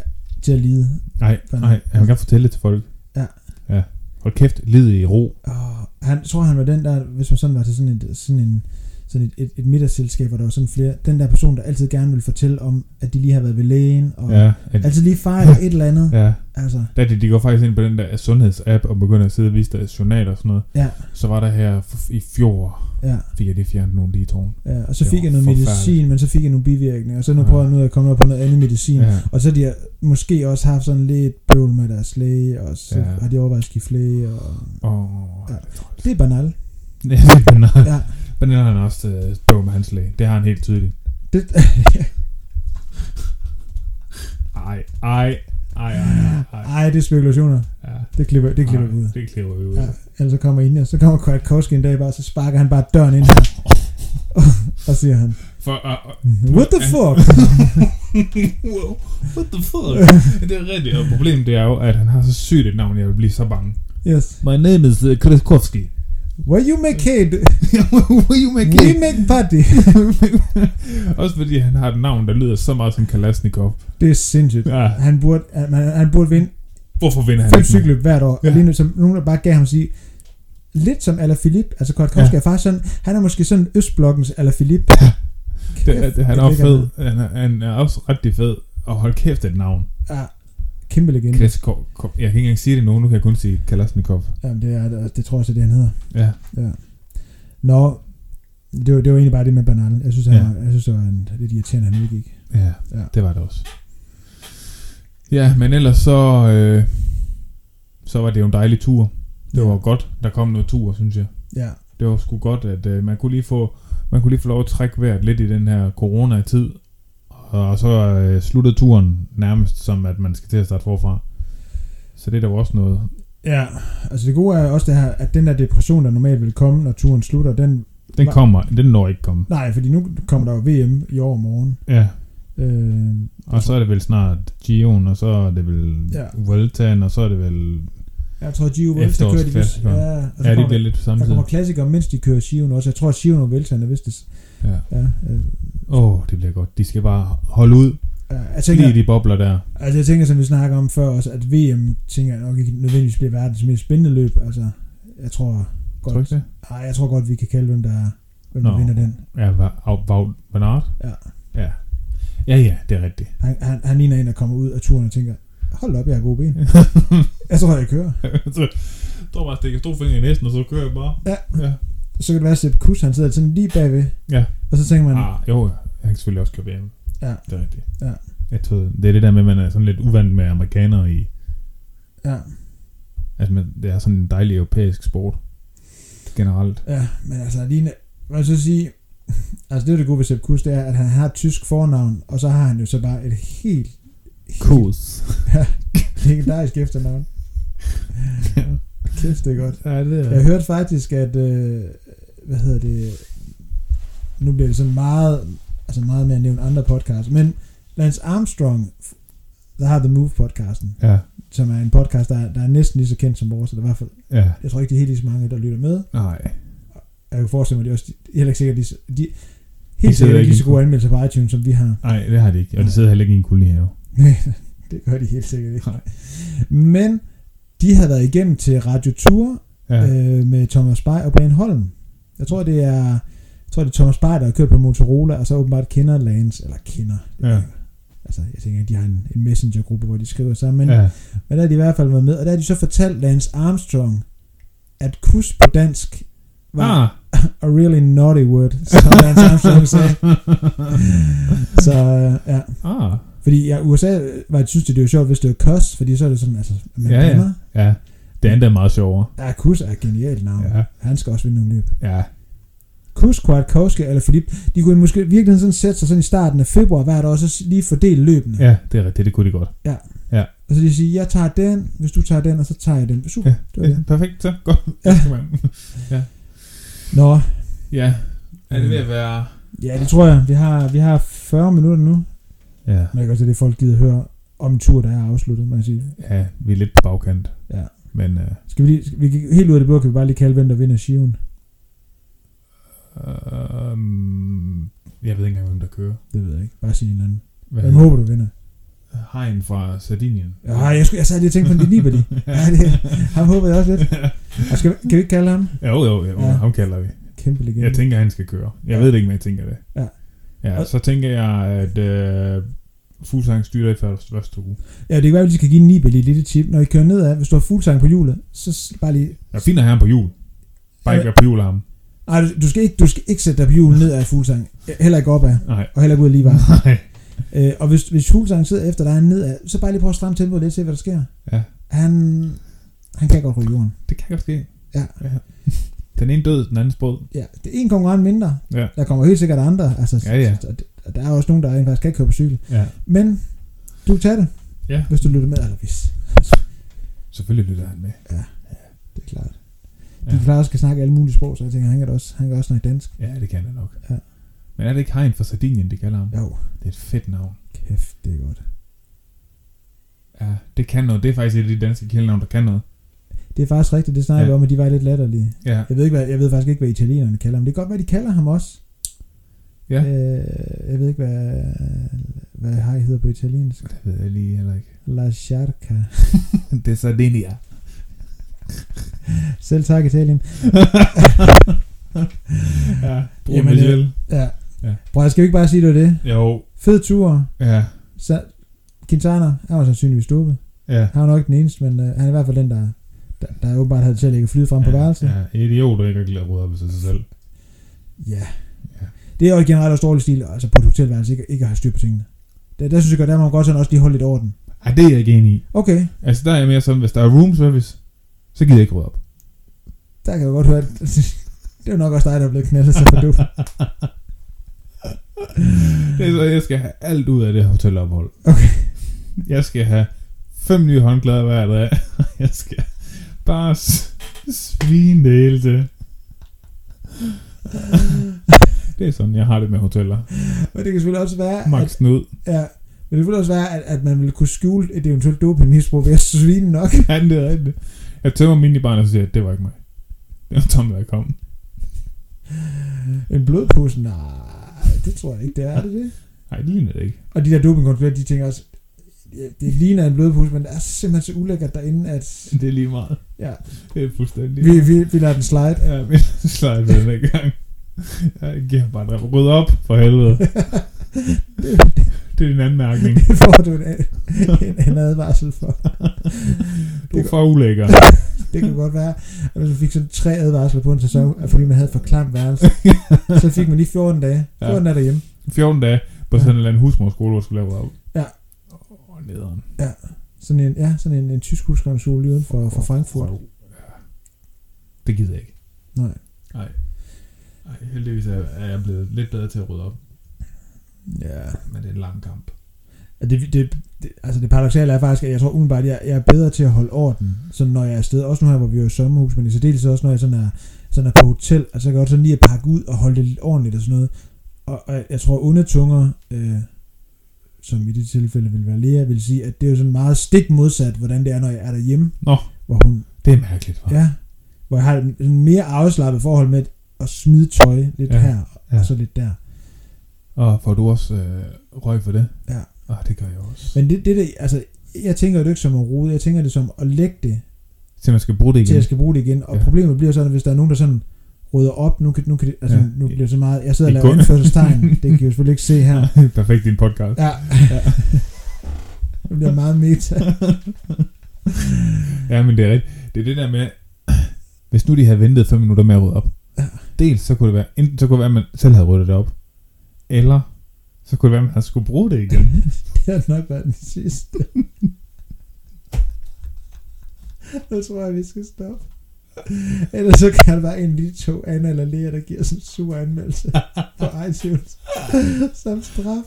A: til at lide.
B: Nej,
A: Fandme.
B: nej. Han vil gerne fortælle det til folk.
A: Ja.
B: Ja. Hold kæft, lid i ro.
A: Og han jeg tror, han var den der, hvis man sådan var til sådan, et, sådan, en, sådan et, et, et middagsselskab, hvor der var sådan flere, den der person, der altid gerne vil fortælle om, at de lige har været ved lægen, og ja.
B: Ja. At,
A: altid lige fejler et eller andet. Ja.
B: ja.
A: Altså,
B: Da de, de går faktisk ind på den der sundhedsapp og begynder at sidde og vise deres journal og sådan noget.
A: Ja.
B: Så var der her f- i fjor,
A: ja.
B: fik jeg lige fjernet nogle digetroen.
A: Ja, og så
B: Det
A: fik
B: var
A: jeg noget medicin,
B: forfærdeligt.
A: men så fik jeg nogle bivirkninger, og så nu
B: Ja.
A: prøver jeg nu at komme op på noget andet medicin. Ja.
B: Ja.
A: Og så har de måske også haft sådan lidt bøvl med deres læge, og så ja.
B: Ja.
A: har de overvejet at skifte læge, og
B: Og...
A: Ja.
B: Ja.
A: det er banal. Ja.
B: Men den har han også øh, bøv med hans læge. Det har han helt tydeligt.
A: Det,
B: Ej, ej, ej, ej, ej. ej.
A: ej, det er spekulationer.
B: Ja.
A: Det klipper, det klipper
B: Ej,
A: vi ud.
B: Det klipper vi ud.
A: Ja, eller så kommer ind, og så kommer Kwiatkowski en dag bare, så sparker han bare døren ind her. og siger han,
B: For, uh, uh,
A: what the fuck?
B: wow, what the fuck? det er rigtigt, og problemet det er jo, at han har så sygt et navn, jeg vil blive så bange.
A: Yes.
B: My name is uh, Kriskowski.
A: Where you make hate,
B: Will you make
A: we make party.
B: Også fordi han har et navn, der lyder så meget som Kalashnikov.
A: det er sindssygt.
B: Ja,
A: Han burde, han, han burde vinde
B: hvorfor vinder han
A: fem
B: ikke?
A: cykler hvert år. Ja.
B: Ja.
A: Lige nu, som nogen, der bare gav ham sige, lidt som Alaphilippe, altså Kwiatkowski ja. er faktisk sådan, han er måske sådan Østblokkens Alaphilippe.
B: Det, det, han er
A: det
B: også
A: ligger
B: fed. Han er, han er også rigtig fed. Og hold kæft, det navn.
A: Ja, kæmpe legende.
B: Kriskov. Jeg kan ikke engang sige det nu, nu kan jeg kun sige Kalashnikov.
A: Jamen, det, er, altså, det tror jeg så, det han hedder.
B: Ja.
A: Nå, det var, det var egentlig bare det med Bernal. Jeg synes, han,
B: Ja.
A: ja. jeg synes det var en, lidt irriterende, han udgik.
B: Ja,
A: Ja.
B: ja, det var det også. Ja, men ellers så, øh, så var det jo en dejlig tur. Det var godt, der kom noget tur, synes jeg.
A: Ja,
B: Det var sgu godt, at øh, man, kunne lige få, man kunne lige få lov at trække vejret lidt i den her coronatid. Og så øh, sluttede turen nærmest som, at man skal til at starte forfra. Så det er der jo også noget.
A: Ja, altså det gode er også det her, at den der depression, der normalt vil komme, når turen slutter, den...
B: Den
A: Hva-
B: kommer, den når ikke komme.
A: Nej, fordi nu kommer der jo VM i år morgen.
B: Ja,
A: Øh,
B: og så er det vel snart Gion, og så er det vel
A: Ja.
B: ja. Vueltaen, og så er det vel...
A: jeg tror, Gio Vuelta kører de... vist-
B: Efterårsklassikeren.
A: Ja, og så
B: Ja, det
A: kommer
B: bliver
A: der,
B: lidt
A: der
B: samtidig.
A: kommer klassikere, mens de kører Giroen også. Jeg tror, at Giroen og Vueltaen er vist det. s-
B: Ja.
A: Ja, øh,
B: Åh, oh, det bliver godt. De skal bare holde ud.
A: ja, jeg
B: Lige i
A: tænker,
B: de bobler der.
A: altså jeg tænker, som vi snakker om før også, at VM, tænker jeg nok ikke nødvendigvis bliver verdens mest spændende løb. Altså, jeg tror
B: Tror
A: godt...
B: du ikke det?
A: Nej, jeg tror godt, vi kan kalde, hvem der, er- hvem der
B: Nå.
A: vinder den.
B: Ja, Vaud Bernard.
A: Ja.
B: ja. Ja, ja, det er rigtigt.
A: Han, han, han ligner en, der kommer ud af turen og tænker, hold op, jeg har gode ben. jeg tror, jeg kører.
B: så jeg tror bare, at stikker to fingre i næsten, og så kører jeg bare.
A: Ja.
B: ja.
A: så kan det være, at Sepp Kuss, han sidder sådan lige bagved.
B: Ja.
A: Og så tænker man, ah.
B: Ah, jo, ja. han kan selvfølgelig også køre hjem.
A: Ja.
B: Det er rigtigt.
A: Ja.
B: Jeg tror, det er det der med, at man er sådan lidt uvant med amerikanere i...
A: ja,
B: Altså, man, det er sådan en dejlig europæisk sport. Generelt.
A: ja, men altså lige, man så sige, altså det er det gode ved Sepp Kuss, det er, at han har et tysk fornavn, og så har han jo så bare et helt, helt
B: Kurs.
A: legendarisk efternavn. Kæft, det er godt.
B: ja, det er...
A: Jeg hørte faktisk, at, øh, hvad hedder det, nu bliver det sådan meget, altså meget mere at nævne andre podcasts, men Lance Armstrong, der har The Move podcasten,
B: Ja,
A: som er en podcast, der, er- der er næsten lige så kendt som vores, eller i hvert fald,
B: ja.
A: jeg tror ikke, det er helt lige så mange, der lytter med,
B: Nej.
A: jeg kan forestille mig, at de også de, heller ikke sikkert, lige så- de,
B: sidder
A: helt sikkert
B: ikke
A: ikke lige
B: i
A: så gode anmeldelser på iTunes, som vi har.
B: Nej, det har de ikke. Og det sidder heller ikke i en kolonihave.
A: det gør de helt sikkert ikke.
B: Nej.
A: Men de har været igennem til Radio Tour
B: Ja.
A: ja. øh, med Thomas Bay og Brian Holm. Jeg tror, det er, jeg tror, det er Thomas Bay, der har kørt på Motorola, og så åbenbart kender Lance, eller kender.
B: Ja.
A: Altså, jeg tænker ikke, de har en, en messengergruppe, hvor de skriver sammen, men, ja.
B: ja.
A: men der har de i hvert fald været med. Og der har de så fortalt Lance Armstrong, at kus på dansk var
B: Ah,
A: a really naughty word, som Lance Armstrong sagde. Så øh, ja,
B: ah.
A: fordi ja, USA øh, var, synes, det var sjovt, hvis det var cuss, fordi så er det sådan, altså, man
B: Ja,
A: ja,
B: ja.
A: blander.
B: Ja, det andet er meget sjovere.
A: Ja, Kus er et genialt navn. Ja.
B: Ja,
A: Han skal også vinde nogle løb.
B: ja.
A: Kus, Kwiatkowski eller Philip, de kunne måske virkelig sådan sætte sig sådan i starten af februar hvert år, og så s- lige fordele løbene. Ja.
B: ja det er rigtigt, det kunne de godt.
A: Og så de sige, jeg tager den, hvis du tager den, og så tager jeg den. Super, ja.
B: Ja.
A: det var det.
B: Perfekt, så godt.
A: Ja. Nå,
B: ja. Er det ved at være...
A: ja, det tror jeg. Vi har, vi har 40 minutter nu.
B: Ja.
A: Men jeg kan godt se, det folk gider høre om en tur, der er afsluttet, må jeg sige.
B: Ja, vi er lidt på bagkant.
A: Ja.
B: Men øh,
A: Skal vi, lige, skal vi gik helt ud af det blå, kan vi bare lige kalde, hvem der vinder Shiven.
B: øh, jeg ved ikke engang, hvem der kører.
A: Det ved jeg ikke. Bare sige en eller anden.
B: Hvad
A: Hvem håber du vinder?
B: Hegn fra Sardinien.
A: Ja, jeg, skulle, jeg sad lige og tænkte på, det er Nibali. Ja, det, ham håber jeg også lidt. Og skal, vi- kan vi ikke kalde ham?
B: Jo, jo, jo.
A: Ja.
B: Ja. Ham kalder vi.
A: Kæmpe legende.
B: Jeg tænker, han skal køre. Jeg
A: Ja.
B: ja. ved det ikke, men jeg tænker det.
A: Ja.
B: Ja,
A: Og-
B: så tænker jeg, at øh, Fuglsang styrer i første, første uge.
A: Ja, det kan være, at vi lige skal give Nibali et lille tip. Når I kører nedad, hvis du har fuldsang på hjulet, så s- bare lige...
B: Jeg finder ham på jul. Bare ikke være på jul af ham.
A: Nej, du, du, skal ikke, du skal ikke sætte dig på hjulet nedad af fuldsang. Heller ikke opad.
B: Nej.
A: Og heller ikke ud af lige vej.
B: Nej.
A: Øh, og hvis, hvis fuldsang sidder efter dig nedad, så bare lige prøv at stramme tempoet lidt til, hvad der sker.
B: Ja.
A: Han, han kan godt ryge jorden.
B: Det kan godt ske.
A: Ja.
B: ja. Den ene død, den anden sprød.
A: Ja, det er en konkurrent mindre.
B: Ja.
A: Der kommer helt sikkert andre. Altså,
B: Ja, ja.
A: og det- Og der er også nogen, der rent faktisk kan køre på cykel.
B: Ja.
A: Men du kan tage det,
B: Ja.
A: hvis du lytter med, eller hvis.
B: Selvfølgelig lytter han med.
A: Det er klart.
B: Ja.
A: De klarer også skal snakke alle mulige sprog, så jeg tænker, han kan da også, han kan også snakke dansk.
B: Ja, det kan han nok.
A: Ja.
B: Men er det ikke Hein fra Sardinien, de kalder ham?
A: Jo,
B: Det er et fedt navn.
A: kæft, det er godt.
B: Ja, det kan noget. Det er faktisk et af de danske kælenavn, der kan noget.
A: Det er faktisk rigtigt, det snakker ja.
B: Ja.
A: vi om, at de var lidt latterlige.
B: Ja,
A: Jeg ved, ikke, hvad, jeg ved faktisk ikke, hvad italienerne kalder ham. Det kan godt være, de kalder ham også.
B: Ja.
A: Øh, jeg ved ikke, hvad, hvad hej hedder på italiensk.
B: det ved jeg lige heller ikke.
A: La Sciarca.
B: det er Sardinia.
A: Selv tak, Italien.
B: ja, brug
A: Jamen,
B: Jamen,
A: øh,
B: det.
A: Ja.
B: Ja.
A: Bror, skal vi ikke bare sige, det var det?
B: Jo,
A: Fed tur.
B: ja,
A: Så Quintana, han var sandsynligvis dopet.
B: ja.
A: Han var nok den eneste, men øh, han er i hvert fald den, der, der, der åbenbart havde det til at lægge flyet frem på værelset.
B: Ja, ja, idiot, der ikke har glædet op i sig selv.
A: Ja.
B: Ja.
A: Det er jo generelt også dårlig stil, altså på et hotelværelse, ikke, ikke at have styr på tingene. Der, der synes jeg godt, der må man godt sådan også lige holde lidt orden.
B: Ej, det er jeg ikke enig i.
A: Okay,
B: Altså, der er jeg mere sådan, hvis der er room service, så gider jeg ikke rydde op.
A: der kan jeg godt høre, at det er jo nok også dig, der er blevet knaldet sig for du.
B: Det er så, jeg skal have alt ud af det hotelophold.
A: Okay.
B: Jeg skal have fem nye håndklæder hver dag. Jeg skal bare s- svine det hele til. Det er sådan, jeg har det med hoteller.
A: Men det kan selvfølgelig også være, at,
B: Max ud.
A: ja, men det kan selvfølgelig også være, at, at man ville kunne skjule et eventuelt dopingmisbrug ved at svine nok.
B: Ja, det er rigtigt. Jeg tømmer minibarnet og siger, at det var ikke mig. Det var Tom, der kom.
A: En blodpus? Nej, det tror jeg ikke, det er, er det det.
B: Nej, det ligner det ikke.
A: Og de der dopingkontrollerer, de tænker også, ja, det ligner en blodpus, men det er simpelthen så ulækkert derinde, at
B: Det er lige meget.
A: Ja.
B: Det er fuldstændig.
A: vi, vi, vi lader den slide.
B: Ja, vi slejede ved den her gang. Jeg giver bare der. Ryd op, for helvede. det er din anmærkning.
A: Det får du en, en, en advarsel for.
B: Du er for ulækker.
A: Det kan godt være, at hvis man fik sådan tre advarsler på en sæson, at fordi man havde et for klamt værelse, så fik man lige 14 dage. 14 dage derhjemme.
B: 14 dage på sådan en eller anden husmorskole, hvor du skulle lave ryd op.
A: Ja.
B: Åh, nederen.
A: Sådan en, ja, sådan en, en tysk huskonsul lige uden for, for Frankfurt.
B: Ja. Det gider jeg ikke.
A: Nej.
B: Nej. Nej, heldigvis er er jeg blevet lidt bedre til at rydde op.
A: Ja.
B: Men det er en lang kamp.
A: Og Det, det, det, altså det paradoxale er faktisk, at jeg tror umiddelbart, at jeg, jeg er bedre til at holde orden,
B: Mm.
A: sådan når jeg er afsted. Også nu her, hvor vi er i sommerhus, men i særdeleshed også, når jeg sådan er, sådan er på hotel. Altså jeg kan godt sådan lige at pakke ud og holde det lidt ordentligt og sådan noget. Og, og jeg tror, onde tunger, øh, som i det tilfælde vil være Lea, vil sige, at det er jo sådan meget stik modsat, hvordan det er, når jeg er derhjemme.
B: Nå.
A: Hvor hun,
B: Det er mærkeligt, hva'?
A: ja, hvor jeg har en en mere afslappet forhold med at smide tøj lidt ja.
B: Ja,
A: her, ja.
B: ja.
A: og så lidt der.
B: Og får du også øh, røg for det?
A: Ja.
B: Ah, det gør jeg også. Men,
A: Men det, det, det altså, jeg tænker det ikke som at rode, jeg tænker det som at lægge det
B: så man skal bruge det
A: til at
B: igen.
A: jeg skal bruge det igen. Og ja.
B: Ja.
A: problemet bliver sådan, at hvis der er nogen, der sådan rydder op, nu kan, nu kan det, altså, ja.
B: Ja.
A: nu bliver det så meget, jeg sidder og
B: Det
A: laver
B: går-
A: anførselstegn, det kan I jo selvfølgelig ikke se her.
B: Perfekt din podcast.
A: Ja. det bliver meget meta.
B: Ja, men det er rigtigt. Det er det der med, hvis nu de havde ventet 5 minutter med at rydde op, dels så kunne det være, enten så kunne det være, at man selv havde ryddet det op, eller så kunne det være, at man havde skulle bruge det igen.
C: Mhm.
A: det har nok været den sidste. nu tror jeg, vi skal stoppe. Ellers så kan der være en af de to, Anna eller Lea, der giver sådan en sur anmeldelse på iTunes. Som straf.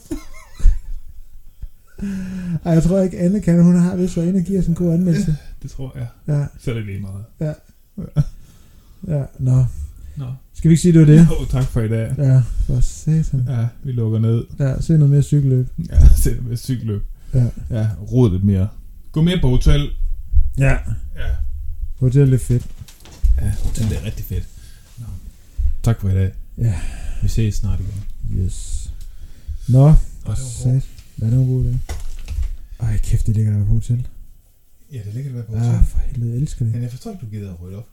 A: Ej, jeg tror ikke, Anne kan. Hun har vist været inde og giver sådan en god anmeldelse.
B: Det tror jeg.
A: Ja,
B: Så er det lige meget.
A: ja, nå.
B: Nå.
A: Skal vi ikke sige, det var det?
B: Jo, tak for i dag.
A: Ja, for satan.
B: Ja, vi lukker ned.
A: Ja, se noget mere cykelløb.
B: Ja, se det med cykelløb.
A: Ja.
C: Ja, rod lidt mere. Gå med på hotel.
A: Ja,
C: Ja,
A: hotel er lidt fedt.
C: ja hotel det er rigtig fedt. Nå. Tak for i dag.
A: Ja.
C: Vi ses snart igen.
A: Yes. Nå,
C: Og
A: sat. Hvad er det en god dag? Ej, kæft, det ligger der på hotel.
C: Ja, det ligger det på
A: Ja, for helvede, jeg elsker det.
C: jeg forstår ikke, du gider at rydde op.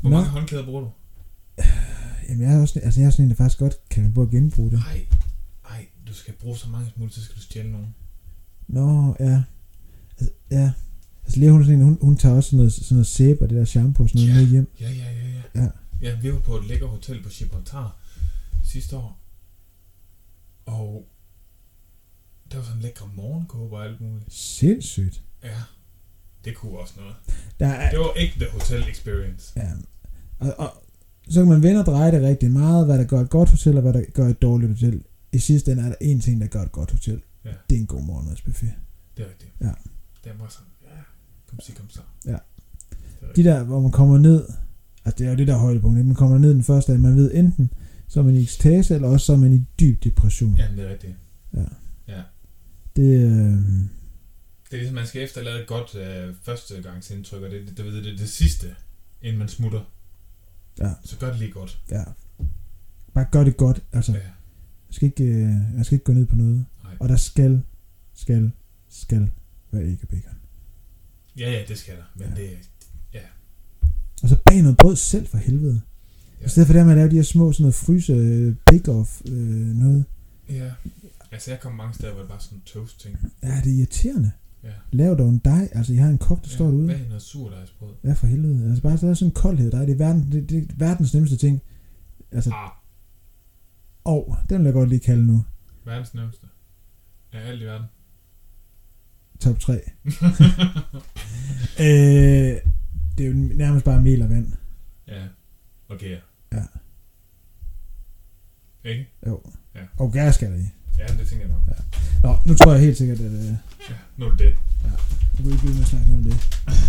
A: Hvor Nå. mange
C: håndklæder bruger du?
A: Jamen, jeg er også, altså, jeg er sådan en, der faktisk godt kan finde på at genbruge det.
C: Nej, nej, du skal bruge så mange smule, så skal du stjæle nogen.
A: Nå, ja. Altså, ja. Altså, Lea, hun, er sådan en, hun, hun tager også sådan noget, sådan noget sæbe og det der shampoo og sådan noget
C: Ja.
A: med hjem.
C: Ja, ja, ja, ja.
A: Ja.
C: ja vi var på et lækker hotel på Gibraltar sidste år. Og der var sådan lækre morgenkåber og alt muligt.
A: Sindssygt.
C: Ja, det kunne også noget.
A: Der er,
C: Det var ægte hotel experience.
A: ja. og, og, så kan man vende og dreje det rigtig meget, hvad der gør et godt hotel, og hvad der gør et dårligt hotel. I sidste ende er der én ting, der gør et godt hotel.
C: Ja.
A: Det er en god morgenmadsbuffet.
C: Det er rigtigt.
A: Ja.
C: Den var sådan, ja, kom sig, kom så.
A: Ja.
C: Det er
A: De
C: rigtigt.
A: der, hvor man kommer ned, altså det er jo det der højdepunkt, ikke? man kommer ned den første dag, man ved enten, så er man i ekstase, eller også så er man i dyb depression.
C: Ja, det er rigtigt.
A: Det, øh,
C: Det er ligesom, man skal efterlade et godt øh, førstegangsindtryk, og det, det, det, det, det, det sidste, inden man smutter.
A: Ja.
C: Så gør det lige godt.
A: ja, bare gør det godt, altså,
C: Ja.
A: man skal ikke, øh, man skal ikke gå ned på noget,
C: Nej.
A: og der skal, skal, skal være ikke bacon.
C: Ja, ja, det skal der. Men
A: Ja.
C: ja. det,
A: Og så bag noget brød selv for helvede. Ja.
C: Ja.
A: I stedet for det, at man laver de her små sådan noget fryse øh, pick-off øh, noget.
C: Ja. Altså, jeg kom mange steder, hvor det bare sådan toast ting.
A: Ja, det er irriterende.
C: Ja.
A: Lav dog en dej. Altså, I har en kok, der står derude.
C: Hvad er noget surdejsbrød?
A: Ja, for helvede. Altså bare så er der sådan en koldhed, der er det, er verden, det, det er verdens nemmeste ting. Altså,
C: Ah,
A: og oh, den vil jeg godt lige kalde nu.
C: verdens nemmeste. Ja, alt i verden.
A: Top 3. øh, det er jo nærmest bare mel og vand.
C: Ja. Okay, ja.
A: Ja.
C: Ikke?
A: Jo.
C: Ja.
A: Og gas skal der i.
C: Ja, det tænker jeg nok.
A: Nå, nu tror jeg helt sikkert, at øh,
C: Ja, nu er det det.
A: nu kan vi ikke blive med at snakke mere om det.